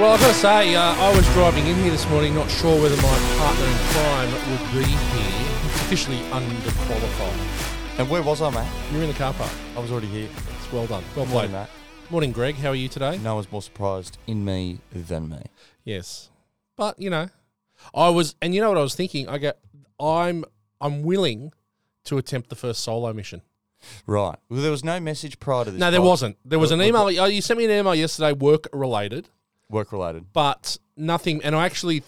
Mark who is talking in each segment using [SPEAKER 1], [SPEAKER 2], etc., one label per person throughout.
[SPEAKER 1] I've got to say, uh, I was driving in here this morning, not sure whether my partner in crime would be here. It's officially underqualified.
[SPEAKER 2] And where was I, mate?
[SPEAKER 1] You're in the car park.
[SPEAKER 2] I was already here.
[SPEAKER 1] It's well done. Well
[SPEAKER 2] Morning,
[SPEAKER 1] played.
[SPEAKER 2] mate.
[SPEAKER 1] Morning, Greg. How are you today?
[SPEAKER 2] No one's more surprised in me than me.
[SPEAKER 1] Yes, but you know, I was, and you know what I was thinking. I go, I'm, I'm willing to attempt the first solo mission.
[SPEAKER 2] Right. Well, there was no message prior to this.
[SPEAKER 1] No, there
[SPEAKER 2] pod,
[SPEAKER 1] wasn't. There was an
[SPEAKER 2] Look,
[SPEAKER 1] email.
[SPEAKER 2] look,
[SPEAKER 1] oh, You sent me an email yesterday, work related,
[SPEAKER 2] Work related.
[SPEAKER 1] but nothing. And I actually,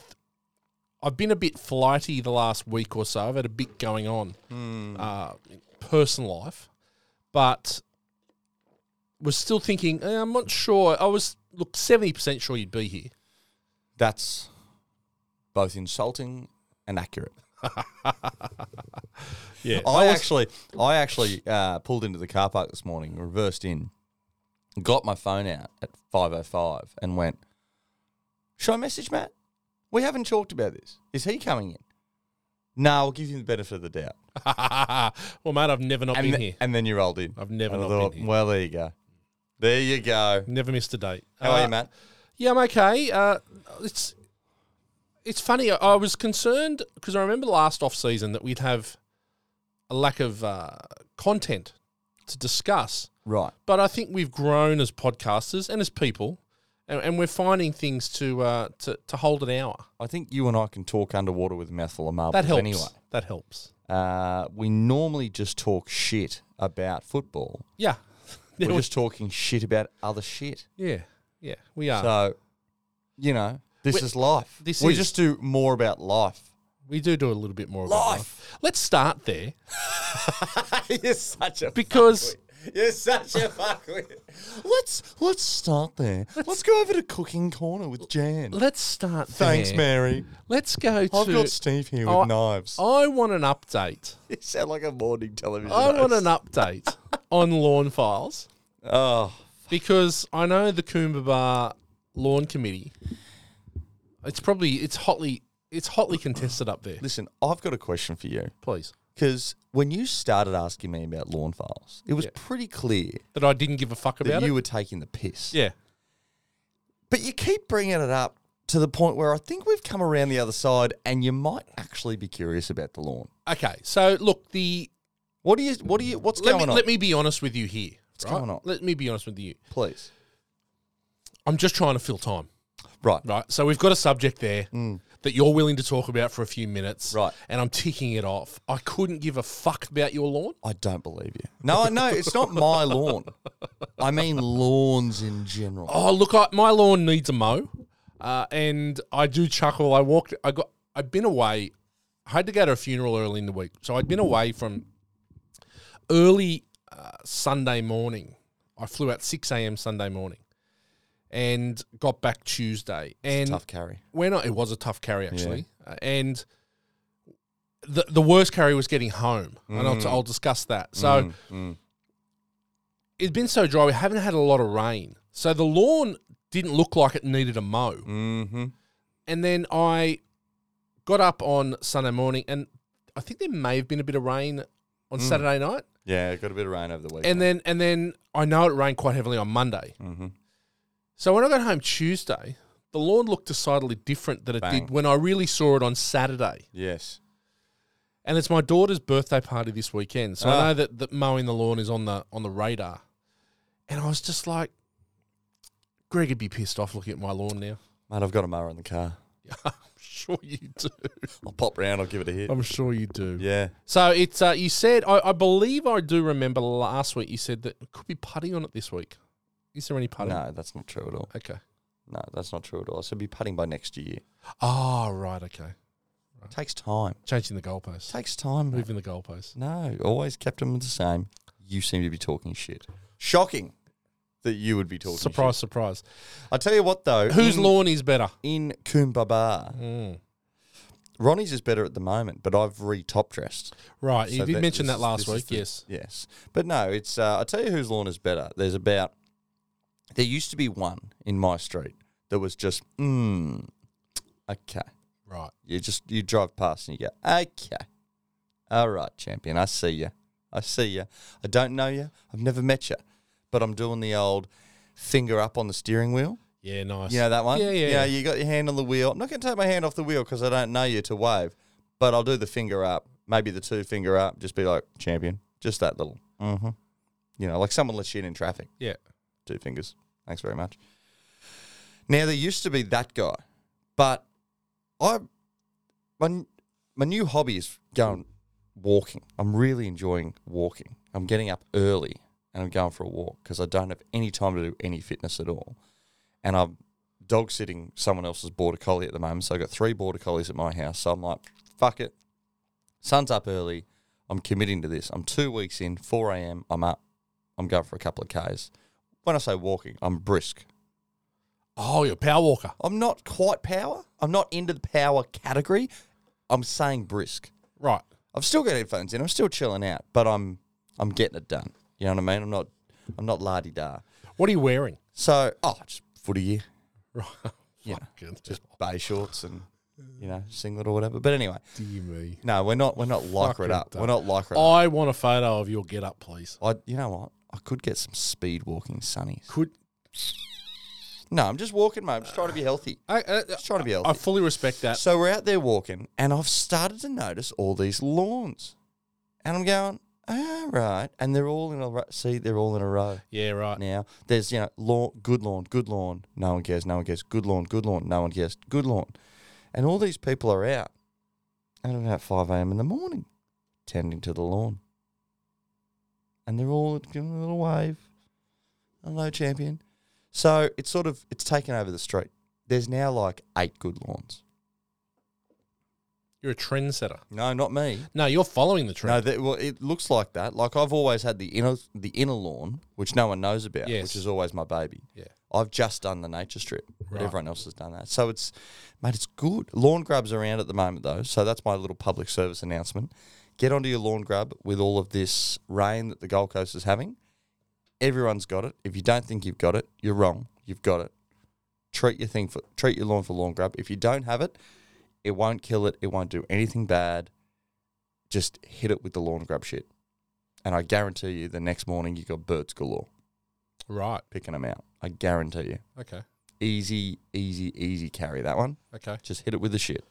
[SPEAKER 1] I've been a bit flighty the last week or so. I've had a bit going on,
[SPEAKER 2] Hmm.
[SPEAKER 1] uh, in personal life, but was still thinking. eh, I'm not sure. I was look seventy percent sure you'd be here.
[SPEAKER 2] That's both insulting and accurate.
[SPEAKER 1] Yeah,
[SPEAKER 2] I actually, I actually uh, pulled into the car park this morning, reversed in, got my phone out at five oh five, and went. Should I message Matt? We haven't talked about this. Is he coming in? No, I'll give him the benefit of the doubt.
[SPEAKER 1] well, mate, I've never not
[SPEAKER 2] And,
[SPEAKER 1] been
[SPEAKER 2] th-
[SPEAKER 1] here.
[SPEAKER 2] and then you rolled in.
[SPEAKER 1] I've never
[SPEAKER 2] And
[SPEAKER 1] not
[SPEAKER 2] I
[SPEAKER 1] been
[SPEAKER 2] thought,
[SPEAKER 1] here.
[SPEAKER 2] Well, there you go. There you go.
[SPEAKER 1] Never missed a date.
[SPEAKER 2] How are
[SPEAKER 1] Uh,
[SPEAKER 2] you, Matt?
[SPEAKER 1] Yeah, I'm okay. Uh, it's it's funny. I, I was concerned because I remember last off season that we'd have a lack of uh, content to discuss,
[SPEAKER 2] Right.
[SPEAKER 1] but I think we've grown as podcasters and as people, and, and we're finding things to uh, to to hold an hour.
[SPEAKER 2] I think you and I can talk underwater with a mouthful of marbles.
[SPEAKER 1] That helps.
[SPEAKER 2] Anyway,
[SPEAKER 1] That helps.
[SPEAKER 2] uh, we normally just talk shit about football.
[SPEAKER 1] Yeah. Yeah,
[SPEAKER 2] We're
[SPEAKER 1] we-
[SPEAKER 2] just talking shit about other shit.
[SPEAKER 1] yeah. Yeah. We are.
[SPEAKER 2] So, you know, this
[SPEAKER 1] We-
[SPEAKER 2] is life.
[SPEAKER 1] this
[SPEAKER 2] we
[SPEAKER 1] is-
[SPEAKER 2] just do more about life.
[SPEAKER 1] we do do a little bit more about
[SPEAKER 2] Life.
[SPEAKER 1] life. Let's start there
[SPEAKER 2] You're such a
[SPEAKER 1] because.
[SPEAKER 2] You're such a fuckwit. Let's let's start there. Let's, go over to cooking corner with Jan.
[SPEAKER 1] Let's start there.
[SPEAKER 2] Thanks, Mary.
[SPEAKER 1] Let's go to.
[SPEAKER 2] I've got Steve here with
[SPEAKER 1] Oh, I-
[SPEAKER 2] knives.
[SPEAKER 1] I want an update.
[SPEAKER 2] You sound like a morning television.
[SPEAKER 1] I want an
[SPEAKER 2] host.
[SPEAKER 1] update on lawn files
[SPEAKER 2] Oh,
[SPEAKER 1] because I know the Coomba Bar Lawn Committee. It's probably it's hotly it's hotly contested up there.
[SPEAKER 2] listen, I've got a question for you
[SPEAKER 1] Please,
[SPEAKER 2] because when you started asking me about lawn files, it was pretty clear
[SPEAKER 1] that I didn't give a fuck
[SPEAKER 2] that
[SPEAKER 1] about
[SPEAKER 2] you
[SPEAKER 1] it.
[SPEAKER 2] were taking the piss.
[SPEAKER 1] Yeah,
[SPEAKER 2] But you keep bringing it up to the point where I think we've come around the other side, and you might actually be curious about the lawn.
[SPEAKER 1] Okay, so look, the
[SPEAKER 2] What do you? What do you? What's
[SPEAKER 1] let
[SPEAKER 2] going
[SPEAKER 1] me
[SPEAKER 2] on?
[SPEAKER 1] let me be honest with you here. What's
[SPEAKER 2] going on?
[SPEAKER 1] Let me be honest with you.
[SPEAKER 2] Please.
[SPEAKER 1] I'm just trying to fill time.
[SPEAKER 2] Right.
[SPEAKER 1] Right. So we've got a subject there that you're willing to talk about for a few minutes.
[SPEAKER 2] Mm. Right.
[SPEAKER 1] And I'm ticking it off. I couldn't give a fuck about your lawn.
[SPEAKER 2] I don't believe you. No, no, it's not my lawn. I mean lawns in general.
[SPEAKER 1] Oh, look, I, my lawn needs a mow, uh, and I do chuckle. I walked. I got. I'd been away. I had to go to a funeral early in the week, so I'd been away from early uh, Sunday morning. I flew out six a.m. Sunday morning, and got back Tuesday. And
[SPEAKER 2] Tough carry.
[SPEAKER 1] when I, it was a tough carry actually, Uh, and the the worst carry was getting home, and I'll, I'll discuss that. So it's been so dry; we haven't had a lot of rain, so the lawn didn't look like it needed a mow.
[SPEAKER 2] Mm-hmm.
[SPEAKER 1] And then I got up on Sunday morning, and I think there may have been a bit of rain on Saturday night,
[SPEAKER 2] Yeah, got a bit of rain over the weekend.
[SPEAKER 1] and then and then I know it rained quite heavily on Monday.
[SPEAKER 2] Mhm.
[SPEAKER 1] So when I got home Tuesday, the lawn looked decidedly different than it
[SPEAKER 2] Bang.
[SPEAKER 1] did when I really saw it on Saturday.
[SPEAKER 2] yes.
[SPEAKER 1] And it's my daughter's birthday party this weekend, so I
[SPEAKER 2] Ah.
[SPEAKER 1] know that, that mowing the lawn is on the on the radar. And I was just like, Greg would be pissed off looking at my lawn now.
[SPEAKER 2] Mate, I've got a mower in the car.
[SPEAKER 1] I'm sure you do.
[SPEAKER 2] I'll pop round, I'll give it a hit.
[SPEAKER 1] I'm sure you do.
[SPEAKER 2] Yeah.
[SPEAKER 1] So it's uh, you said I, I believe I do remember last week you said that it could be putty on it this week. Is there any putty?
[SPEAKER 2] No, that's not true at all.
[SPEAKER 1] Okay.
[SPEAKER 2] No, that's not true at all. So be putting by next year.
[SPEAKER 1] Oh right, okay.
[SPEAKER 2] Takes time.
[SPEAKER 1] Changing the goalpost.
[SPEAKER 2] Takes time. mate.
[SPEAKER 1] Moving the goalpost.
[SPEAKER 2] No, always kept them the same. You seem to be talking shit. Shocking that you would be talking
[SPEAKER 1] Surprise, surprise.
[SPEAKER 2] shit. I tell you what though.
[SPEAKER 1] Whose
[SPEAKER 2] in,
[SPEAKER 1] lawn is better?
[SPEAKER 2] in Kumbaba.
[SPEAKER 1] Mm.
[SPEAKER 2] Ronnie's is better at the moment, but I've re top dressed.
[SPEAKER 1] Right. you
[SPEAKER 2] So
[SPEAKER 1] did
[SPEAKER 2] that-
[SPEAKER 1] mention
[SPEAKER 2] this
[SPEAKER 1] that
[SPEAKER 2] is-
[SPEAKER 1] last
[SPEAKER 2] this is
[SPEAKER 1] week,
[SPEAKER 2] the-
[SPEAKER 1] yes.
[SPEAKER 2] Yes, but no, it's. Uh, I tell you whose lawn is better. There's about. There used to be one in my street that was just. Mm, okay,
[SPEAKER 1] Right.
[SPEAKER 2] you just you drive past and you go, okay, all right, champion. I see you. I see you. I don't know you. I've never met you, but I'm doing the old finger up on the steering wheel.
[SPEAKER 1] Yeah, nice.
[SPEAKER 2] You know that one?
[SPEAKER 1] Yeah, yeah,
[SPEAKER 2] You
[SPEAKER 1] yeah.
[SPEAKER 2] know, you got your hand on the wheel. I'm not going to take my hand off the wheel because I don't know you to wave, but I'll do the finger up, maybe the two finger up, just be like, champion. Just that little. Mm-hmm. You know, like someone lets you in in traffic.
[SPEAKER 1] Yeah.
[SPEAKER 2] Two fingers. Thanks very much. Now, there used to be that guy, but I, my, my new hobby is going walking. I'm really enjoying walking. I'm getting up early and I'm going for a walk because I don't have any time to do any fitness at all. And I'm dog sitting someone else's border collie at the moment. So I've got three border collies at my house. So I'm like, fuck it. Sun's up early. I'm committing to this. I'm two weeks in, 4 a.m. I'm up. I'm going for a couple of Ks. When I say walking, I'm brisk.
[SPEAKER 1] Oh, you're a power walker.
[SPEAKER 2] I'm not quite power. I'm not into the power category. I'm saying brisk.
[SPEAKER 1] Right.
[SPEAKER 2] I've still got headphones in. I'm still chilling out, but I'm I'm getting it done. You know what I mean? I'm not I'm not la di da.
[SPEAKER 1] What are you wearing?
[SPEAKER 2] So oh, just footy gear,
[SPEAKER 1] Right.
[SPEAKER 2] Yeah.
[SPEAKER 1] Fucking
[SPEAKER 2] just bay shorts and you know singlet or whatever. But anyway,
[SPEAKER 1] dear me.
[SPEAKER 2] no, we're not we're not lycra
[SPEAKER 1] Fucking
[SPEAKER 2] it up.
[SPEAKER 1] dumb.
[SPEAKER 2] We're not lycra. it up.
[SPEAKER 1] I want a photo of your get up, please.
[SPEAKER 2] I you know what? I could get some speed walking sunnies.
[SPEAKER 1] Could
[SPEAKER 2] No, I'm just walking, mate. I'm just trying to be healthy.
[SPEAKER 1] I, I,
[SPEAKER 2] Just trying to be
[SPEAKER 1] I
[SPEAKER 2] healthy.
[SPEAKER 1] fully respect that.
[SPEAKER 2] So we're out there walking, and I've started to notice all these lawns, and I'm going, all right, and they're all in a row. See, they're all in a row.
[SPEAKER 1] Yeah, right.
[SPEAKER 2] now. There's you know lawn, good lawn, good lawn. No one cares. No one cares. Good lawn, good lawn. No one cares. Good lawn, and all these people are out at about five a.m. in the morning, tending to the lawn, and they're all giving a little wave. Hello, champion. So it's sort of it's taken over the street. There's now like eight good lawns.
[SPEAKER 1] You're a trendsetter.
[SPEAKER 2] No, not me.
[SPEAKER 1] No, you're following the trend.
[SPEAKER 2] No, that, well, it looks like that. Like I've always had the inner the inner lawn, which no one knows about,
[SPEAKER 1] Yes.
[SPEAKER 2] which is always my baby.
[SPEAKER 1] Yeah.
[SPEAKER 2] I've just done the nature strip, but
[SPEAKER 1] Right.
[SPEAKER 2] everyone else has done that. So it's, mate, it's good. Lawn grubs around at the moment though, so that's my little public service announcement. Get onto your lawn grub with all of this rain that the Gold Coast is having. Everyone's got it. If you don't think you've got it, you're wrong. You've got it. Treat your thing for treat your lawn for lawn grub. If you don't have it, it won't kill it. It won't do anything bad. Just hit it with the lawn grub shit, and I guarantee you, the next morning you got birds galore
[SPEAKER 1] Right.
[SPEAKER 2] picking them out. I guarantee you.
[SPEAKER 1] Okay.
[SPEAKER 2] Easy, easy, easy carry that one.
[SPEAKER 1] Okay.
[SPEAKER 2] Just hit it with the shit.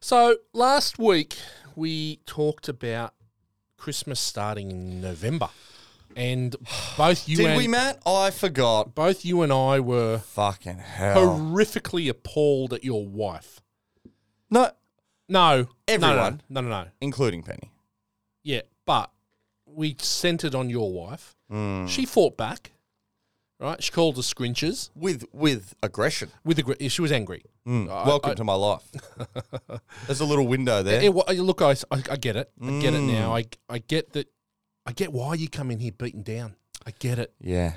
[SPEAKER 1] So last week we talked about Christmas starting in November, and both you
[SPEAKER 2] Did
[SPEAKER 1] and
[SPEAKER 2] we, Matt? I forgot.
[SPEAKER 1] both you and I were
[SPEAKER 2] Fucking hell.
[SPEAKER 1] horrifically appalled at your wife.
[SPEAKER 2] No,
[SPEAKER 1] No,
[SPEAKER 2] Everyone.
[SPEAKER 1] No, no, no, no, no.
[SPEAKER 2] including Penny.
[SPEAKER 1] Yeah, but we centered on your wife.
[SPEAKER 2] Hmm.
[SPEAKER 1] She fought back. Right, she called us scrinches
[SPEAKER 2] With with aggression.
[SPEAKER 1] with a. She was angry.
[SPEAKER 2] Mm. Welcome to my life. There's a little window there.
[SPEAKER 1] It wa- look, I, I, I get it. I get it
[SPEAKER 2] Hmm.
[SPEAKER 1] now. I, I get that. I get why you come in here beaten down. I get it.
[SPEAKER 2] yeah.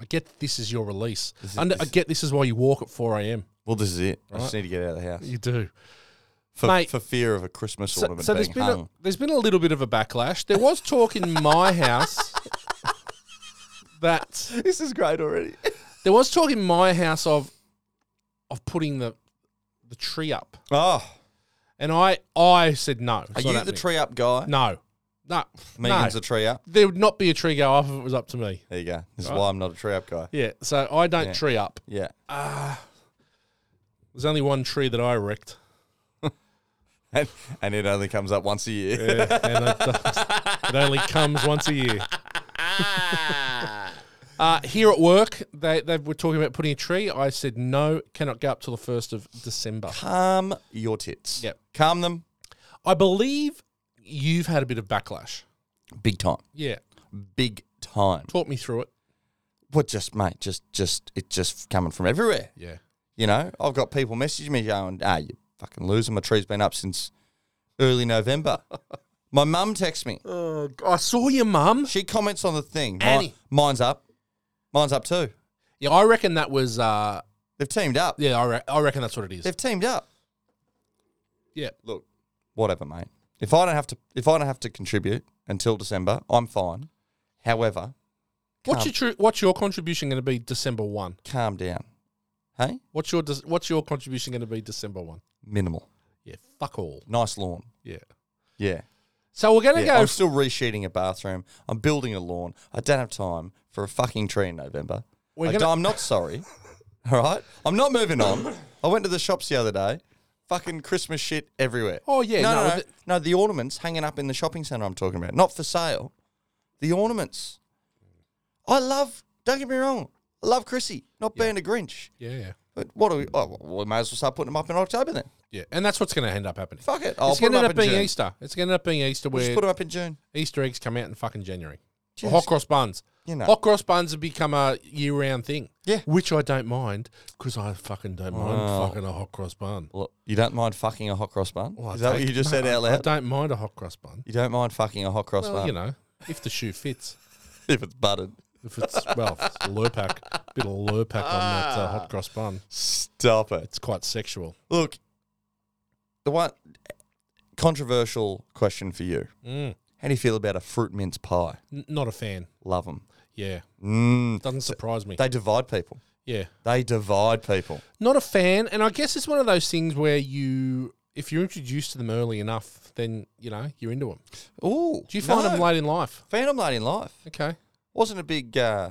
[SPEAKER 1] I get that this is your release.
[SPEAKER 2] This is-
[SPEAKER 1] and I
[SPEAKER 2] this-
[SPEAKER 1] get this is why you walk at 4 a.m.
[SPEAKER 2] Well, this is it. I
[SPEAKER 1] Right.
[SPEAKER 2] just need to get out of the house
[SPEAKER 1] You do.
[SPEAKER 2] for,
[SPEAKER 1] Mate.
[SPEAKER 2] for fear of a Christmas
[SPEAKER 1] So,
[SPEAKER 2] ornament
[SPEAKER 1] so
[SPEAKER 2] being
[SPEAKER 1] there's been
[SPEAKER 2] hung.
[SPEAKER 1] a, there's been a little bit of a backlash. There was talk in my house that
[SPEAKER 2] this is great already.
[SPEAKER 1] there was talk in my house of of putting the the tree up,
[SPEAKER 2] oh,
[SPEAKER 1] and I I said no. it's
[SPEAKER 2] are
[SPEAKER 1] not
[SPEAKER 2] you the
[SPEAKER 1] happening.
[SPEAKER 2] tree up guy?
[SPEAKER 1] No, no, no.
[SPEAKER 2] Megan's a tree up.
[SPEAKER 1] there would not be a tree go up if it was up to me.
[SPEAKER 2] There you go. This is why I'm not a tree up guy.
[SPEAKER 1] Yeah, so I don't
[SPEAKER 2] Yeah.
[SPEAKER 1] tree up.
[SPEAKER 2] Yeah.
[SPEAKER 1] There's only one tree that I wrecked.
[SPEAKER 2] And, and it only comes up once a year.
[SPEAKER 1] and it, it only comes once a year. uh, here at work, they, they were talking about putting a tree. I said no, cannot go up till the first of December.
[SPEAKER 2] Calm your tits.
[SPEAKER 1] Yep.
[SPEAKER 2] Calm them
[SPEAKER 1] I believe you've had a bit of backlash.
[SPEAKER 2] big time.
[SPEAKER 1] Yeah,
[SPEAKER 2] Big time.
[SPEAKER 1] talk me through it.
[SPEAKER 2] What just mate, just just it's just coming from everywhere.
[SPEAKER 1] Yeah,
[SPEAKER 2] You know? I've got people messaging me going, Ah, you fucking loser, my tree's been up since early November. my mum texts me.
[SPEAKER 1] Uh, I saw your mum.
[SPEAKER 2] She comments on the thing. Mi-
[SPEAKER 1] Annie.
[SPEAKER 2] mine's up. Mine's up too.
[SPEAKER 1] Yeah, I reckon that was. Uh,
[SPEAKER 2] They've teamed up.
[SPEAKER 1] yeah, I, re- I reckon that's what it is.
[SPEAKER 2] They've teamed up.
[SPEAKER 1] Yeah,
[SPEAKER 2] Look, whatever, mate. If I don't have to if I don't have to contribute until December, I'm fine. However,
[SPEAKER 1] what's your tru- what's your contribution going to be December one?
[SPEAKER 2] calm down. Hey?
[SPEAKER 1] What's your des- what's your contribution going to be December one?
[SPEAKER 2] Minimal.
[SPEAKER 1] Yeah, fuck all.
[SPEAKER 2] Nice lawn.
[SPEAKER 1] Yeah.
[SPEAKER 2] Yeah.
[SPEAKER 1] So we're gonna
[SPEAKER 2] Yeah,
[SPEAKER 1] go.
[SPEAKER 2] I'm still resheeting a bathroom. I'm building a lawn. I don't have time for a fucking tree in November.
[SPEAKER 1] We're
[SPEAKER 2] I
[SPEAKER 1] gonna-
[SPEAKER 2] don't- I'm not sorry. All right, I'm not moving on. I went to the shops the other day. Fucking Christmas shit everywhere.
[SPEAKER 1] Oh, yeah,
[SPEAKER 2] no,
[SPEAKER 1] no,
[SPEAKER 2] no, no,
[SPEAKER 1] the-
[SPEAKER 2] no. The ornaments hanging up in the shopping centre. I'm talking about, not for sale. The ornaments. I love. Don't get me wrong. I love Chrissy. Not being a Grinch.
[SPEAKER 1] Yeah.
[SPEAKER 2] But what do we? Oh, well, we may as well start putting them up in October then.
[SPEAKER 1] Yeah. And that's what's going to end up happening.
[SPEAKER 2] Fuck it. I'll
[SPEAKER 1] it's
[SPEAKER 2] put
[SPEAKER 1] going to end
[SPEAKER 2] them
[SPEAKER 1] up
[SPEAKER 2] up, in
[SPEAKER 1] being
[SPEAKER 2] June.
[SPEAKER 1] Easter. It's going to end up being Easter
[SPEAKER 2] Just
[SPEAKER 1] where
[SPEAKER 2] put them up in June.
[SPEAKER 1] Easter eggs come out in fucking January.
[SPEAKER 2] Jesus.
[SPEAKER 1] Hot cross buns.
[SPEAKER 2] You know.
[SPEAKER 1] Hot cross buns have become a year round thing.
[SPEAKER 2] Yeah.
[SPEAKER 1] Which I don't mind because I fucking don't mind fucking a hot cross bun.
[SPEAKER 2] Well, you don't mind fucking a hot cross bun?
[SPEAKER 1] I
[SPEAKER 2] Is that what
[SPEAKER 1] take-
[SPEAKER 2] you just said
[SPEAKER 1] no,
[SPEAKER 2] out
[SPEAKER 1] I-
[SPEAKER 2] loud?
[SPEAKER 1] I don't mind a hot cross bun.
[SPEAKER 2] You don't mind fucking a hot cross
[SPEAKER 1] Well,
[SPEAKER 2] bun
[SPEAKER 1] you know, if the shoe fits.
[SPEAKER 2] if it's buttered.
[SPEAKER 1] If it's, well, if it's Lurpak, bit of Lurpak on that
[SPEAKER 2] Ah.
[SPEAKER 1] uh, hot cross bun.
[SPEAKER 2] Stop it.
[SPEAKER 1] It's quite sexual.
[SPEAKER 2] Look, the one controversial question for you.
[SPEAKER 1] Mm.
[SPEAKER 2] How do you feel about a fruit mince pie?
[SPEAKER 1] N- not a fan.
[SPEAKER 2] Love them.
[SPEAKER 1] Yeah.
[SPEAKER 2] Mm,
[SPEAKER 1] Doesn't surprise me.
[SPEAKER 2] they divide people.
[SPEAKER 1] Yeah.
[SPEAKER 2] They divide people.
[SPEAKER 1] Not a fan. And I guess it's one of those things where you, if you're introduced to them early enough, then, you know, you're into them.
[SPEAKER 2] Ooh.
[SPEAKER 1] Do you find them late in life?
[SPEAKER 2] Found them late in life.
[SPEAKER 1] Okay.
[SPEAKER 2] Wasn't a big. Uh,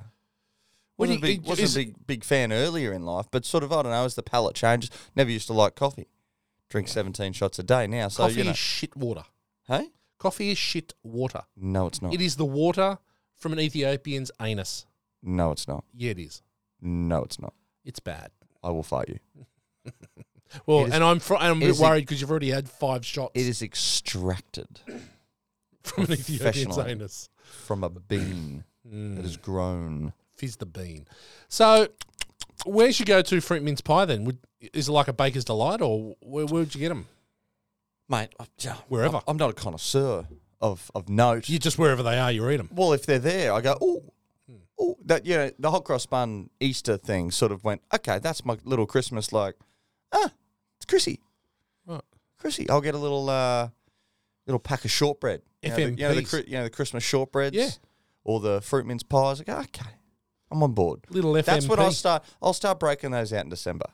[SPEAKER 1] When
[SPEAKER 2] wasn't a
[SPEAKER 1] you-
[SPEAKER 2] big,
[SPEAKER 1] it-
[SPEAKER 2] wasn't
[SPEAKER 1] is-
[SPEAKER 2] a big, big fan earlier in life, but sort of, I don't know, as the palate changes, never used to like coffee. Drink 17 shots a day now, so,
[SPEAKER 1] Coffee
[SPEAKER 2] you know.
[SPEAKER 1] is shit water.
[SPEAKER 2] hey?
[SPEAKER 1] Coffee is shit water.
[SPEAKER 2] No, it's not.
[SPEAKER 1] It is the water from an Ethiopian's anus.
[SPEAKER 2] No, it's not.
[SPEAKER 1] Yeah, it is.
[SPEAKER 2] No, it's not.
[SPEAKER 1] It's bad.
[SPEAKER 2] I will fight you.
[SPEAKER 1] Well,
[SPEAKER 2] It is-
[SPEAKER 1] and I'm fr- and I'm a
[SPEAKER 2] it
[SPEAKER 1] bit
[SPEAKER 2] is a-
[SPEAKER 1] worried because you've already had five shots
[SPEAKER 2] It is extracted
[SPEAKER 1] from an Ethiopian's
[SPEAKER 2] professional.
[SPEAKER 1] anus.
[SPEAKER 2] from a bean that has grown.
[SPEAKER 1] Fizz the bean. So, where's your go-to fruit mince pie then? Would, is it like a baker's delight, or where, where'd you get them?
[SPEAKER 2] Mate, I- yeah,
[SPEAKER 1] Wherever.
[SPEAKER 2] I'm- I'm not a connoisseur of, of note.
[SPEAKER 1] You just wherever they are, you eat them.
[SPEAKER 2] well, if they're there, I go, oh,
[SPEAKER 1] Hmm.
[SPEAKER 2] oh, that, you know, the hot cross bun Easter thing sort of went, okay, that's my little Christmas, like, ah, it's Chrissy.
[SPEAKER 1] Right.
[SPEAKER 2] Chrissy. I'll get a little, uh, little pack of shortbread. You know, the, you, know, the,
[SPEAKER 1] FMPs.
[SPEAKER 2] Chri- you know, the Christmas shortbreads.
[SPEAKER 1] Yeah.
[SPEAKER 2] Or the fruit mince pies. I go, okay, I'm on board.
[SPEAKER 1] Little FMP.
[SPEAKER 2] That's what I'll start. I'll start breaking those out in December.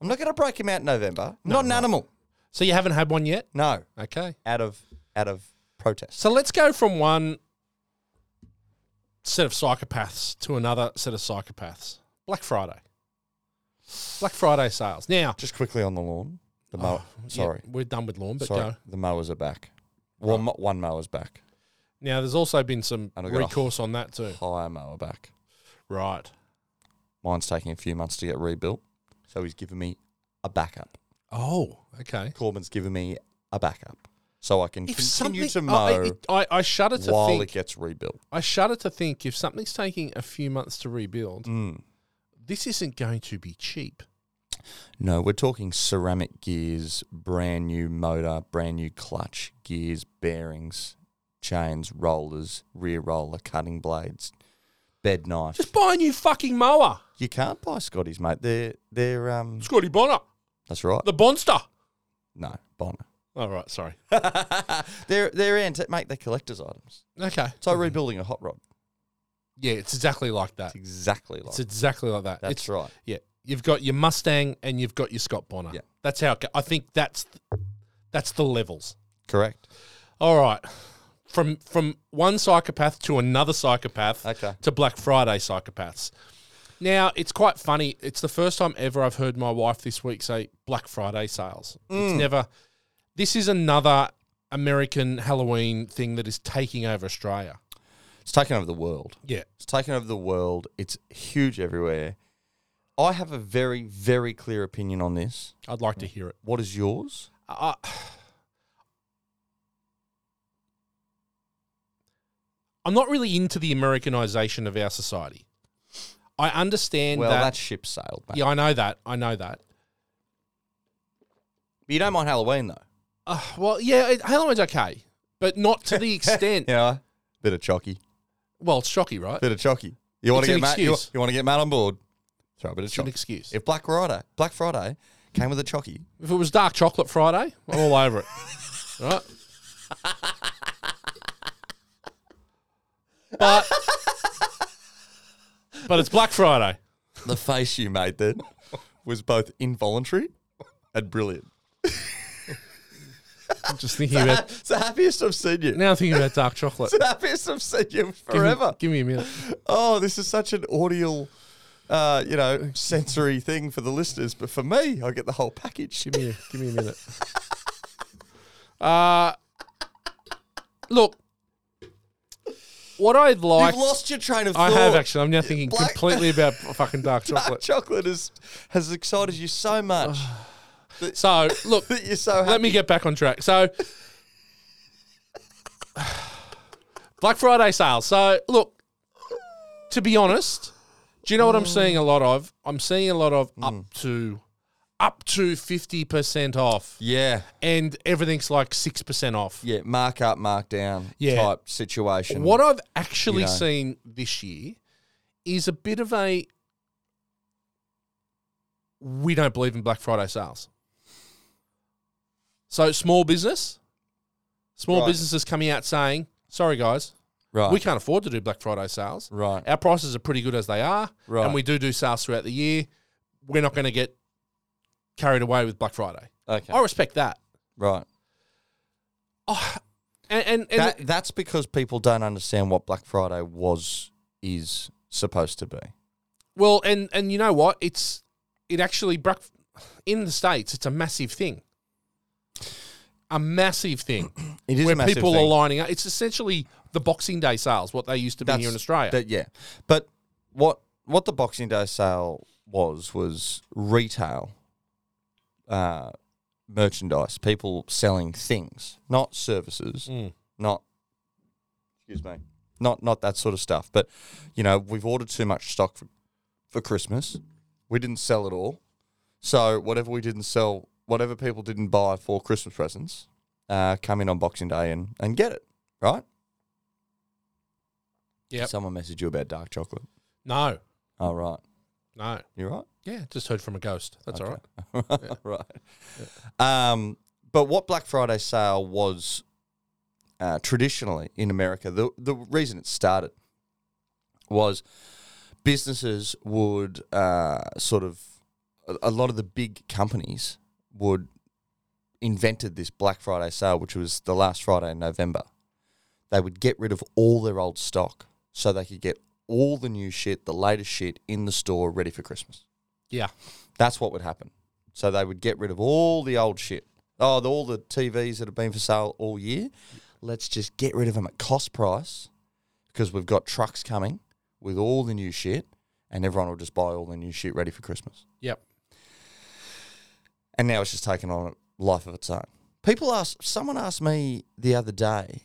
[SPEAKER 2] I'm not going to break them out in November. I'm not an animal.
[SPEAKER 1] So you haven't had one yet.
[SPEAKER 2] No,
[SPEAKER 1] Okay.
[SPEAKER 2] out of out of protest.
[SPEAKER 1] So let's go from one set of psychopaths to another set of psychopaths. Black Friday. Black Friday sales. Now,
[SPEAKER 2] Just quickly on the lawn. The mower.
[SPEAKER 1] Oh, yeah,
[SPEAKER 2] sorry,
[SPEAKER 1] we're done with lawn, but
[SPEAKER 2] sorry.
[SPEAKER 1] go.
[SPEAKER 2] The mowers are back. One mo- one mower's back.
[SPEAKER 1] Now, there's also been some
[SPEAKER 2] And I've got a-
[SPEAKER 1] recourse on that too.
[SPEAKER 2] Higher mower back.
[SPEAKER 1] Right.
[SPEAKER 2] Mine's taking a few months to get rebuilt, so he's given me a backup.
[SPEAKER 1] Oh, okay.
[SPEAKER 2] Corbin's given me a backup, so I can continue to mow
[SPEAKER 1] I, it- I, I shudder to
[SPEAKER 2] while
[SPEAKER 1] think.
[SPEAKER 2] it gets rebuilt.
[SPEAKER 1] I shudder to think if something's taking a few months to rebuild, this isn't going to be cheap.
[SPEAKER 2] No, we're talking ceramic gears, brand new motor, brand new clutch, gears, bearings, chains, rollers, rear roller, cutting blades, bed knife.
[SPEAKER 1] Just buy a new fucking mower,
[SPEAKER 2] You can't buy Scotties, mate. They're they're um.
[SPEAKER 1] Scotty Bonner,
[SPEAKER 2] That's right.
[SPEAKER 1] the Bonster.
[SPEAKER 2] No, Bonner.
[SPEAKER 1] All right, sorry.
[SPEAKER 2] They're they're anti- mate. They're collectors' items.
[SPEAKER 1] Okay.
[SPEAKER 2] It's like rebuilding a hot rod.
[SPEAKER 1] Yeah, it's exactly like that.
[SPEAKER 2] It's exactly like
[SPEAKER 1] It's exactly like that.
[SPEAKER 2] that's
[SPEAKER 1] it's,
[SPEAKER 2] right.
[SPEAKER 1] Yeah, you've got your Mustang and you've got your Scott Bonner.
[SPEAKER 2] Yeah.
[SPEAKER 1] that's how. It go- I think that's th- that's the levels.
[SPEAKER 2] Correct.
[SPEAKER 1] All right, from from one psychopath to another psychopath.
[SPEAKER 2] Okay.
[SPEAKER 1] To Black Friday psychopaths. Now it's quite funny. It's the first time ever I've heard my wife this week say Black Friday sales.
[SPEAKER 2] Mm.
[SPEAKER 1] It's never. This is another American Halloween thing that is taking over Australia.
[SPEAKER 2] It's taken over the world.
[SPEAKER 1] Yeah.
[SPEAKER 2] It's taken over the world. It's huge everywhere. I have a very very clear opinion on this.
[SPEAKER 1] I'd like to hear it.
[SPEAKER 2] What is yours?
[SPEAKER 1] I, I'm not really into the Americanization of our society. I understand
[SPEAKER 2] well,
[SPEAKER 1] that.
[SPEAKER 2] that ship sailed, mate.
[SPEAKER 1] yeah, I know that. I know that.
[SPEAKER 2] But you don't mind Halloween though.
[SPEAKER 1] Uh, well, yeah, it, Halloween's okay, but not to the extent.
[SPEAKER 2] Yeah. Bit of chocky.
[SPEAKER 1] Well, it's shocky, right?
[SPEAKER 2] Bit of chocky. You want
[SPEAKER 1] It's
[SPEAKER 2] to
[SPEAKER 1] an
[SPEAKER 2] get Matt? You,
[SPEAKER 1] excuse.
[SPEAKER 2] want to get Matt on board? Throw a bit of
[SPEAKER 1] It's an
[SPEAKER 2] chocky.
[SPEAKER 1] excuse. If,
[SPEAKER 2] If Black Friday, Black Friday came with a chocky,
[SPEAKER 1] it was Dark Chocolate Friday, I'm all over it. Right? But, but it's Black Friday.
[SPEAKER 2] the face you made then was both involuntary and brilliant.
[SPEAKER 1] I'm just thinking about
[SPEAKER 2] It's the happiest I've seen you.
[SPEAKER 1] Now I'm thinking about dark chocolate.
[SPEAKER 2] It's the happiest I've seen you
[SPEAKER 1] Give me-
[SPEAKER 2] forever.
[SPEAKER 1] Give me, a minute.
[SPEAKER 2] Oh, this is such an audio uh, you know, sensory thing for the listeners, but for me, I get the whole package.
[SPEAKER 1] Give me, a, give me a minute. Uh, look, what I'd like.
[SPEAKER 2] You've lost your train of
[SPEAKER 1] I
[SPEAKER 2] thought.
[SPEAKER 1] have actually. I'm now thinking
[SPEAKER 2] Black-
[SPEAKER 1] completely about fucking dark
[SPEAKER 2] Dark
[SPEAKER 1] chocolate.
[SPEAKER 2] chocolate is, has excited you so much
[SPEAKER 1] So, look,
[SPEAKER 2] that you're so happy.
[SPEAKER 1] let me get back on track. So, Black Friday sales. So, look, to be honest, do you know
[SPEAKER 2] Mm.
[SPEAKER 1] what I'm seeing a lot of? I'm seeing a lot of up to up to 50% off
[SPEAKER 2] yeah,
[SPEAKER 1] and everything's like 6% off.
[SPEAKER 2] yeah, mark up, mark down
[SPEAKER 1] Yeah.
[SPEAKER 2] type situation.
[SPEAKER 1] What I've actually
[SPEAKER 2] You know.
[SPEAKER 1] seen this year is a bit of a we don't believe in Black Friday sales. So small business, small
[SPEAKER 2] Right.
[SPEAKER 1] businesses coming out saying, "Sorry guys,
[SPEAKER 2] Right,
[SPEAKER 1] we can't afford to do Black Friday sales.
[SPEAKER 2] right,
[SPEAKER 1] Our prices are pretty good as they are,
[SPEAKER 2] Right.
[SPEAKER 1] and we do do sales throughout the year. We're not going to get carried away with Black Friday.
[SPEAKER 2] okay,
[SPEAKER 1] I respect that,
[SPEAKER 2] right.
[SPEAKER 1] and and, and
[SPEAKER 2] That, that's because people don't understand what Black Friday was is supposed to be.
[SPEAKER 1] Well, and and you know what? It's it actually Black in the states. It's a massive thing. A massive thing
[SPEAKER 2] It is
[SPEAKER 1] where
[SPEAKER 2] a massive
[SPEAKER 1] people
[SPEAKER 2] thing.
[SPEAKER 1] are lining up. It's essentially the Boxing Day sales, what they used to be here in Australia.
[SPEAKER 2] That, yeah, but what what the Boxing Day sale was was retail uh, merchandise, people selling things, not services,
[SPEAKER 1] Hmm.
[SPEAKER 2] not excuse me, not not that sort of stuff. But you know, we've ordered too much stock for, for Christmas. We didn't sell it all, so whatever we didn't sell, whatever people didn't buy for Christmas presents, uh, come in on Boxing Day and and get it right.
[SPEAKER 1] Yep.
[SPEAKER 2] Someone messaged you about dark chocolate.
[SPEAKER 1] no,
[SPEAKER 2] All Oh, right.
[SPEAKER 1] no.
[SPEAKER 2] You're right.
[SPEAKER 1] Yeah, just heard from a ghost. That's all right.
[SPEAKER 2] right. Um, but what Black Friday sale was uh, traditionally in America, the, the reason it started was businesses would uh, sort of, a, a lot of the big companies would invented this Black Friday sale, which was the last Friday in November. They would get rid of all their old stock so they could get all the new shit, the latest shit in the store ready for Christmas.
[SPEAKER 1] Yeah,
[SPEAKER 2] That's what would happen. So they would get rid of all the old shit. Oh, the, all the TVs that have been for sale all year. Let's just get rid of them at cost price because we've got trucks coming with all the new shit and everyone will just buy all the new shit ready for Christmas.
[SPEAKER 1] yep.
[SPEAKER 2] And now it's just taken on a life of its own. People asked, someone asked me the other day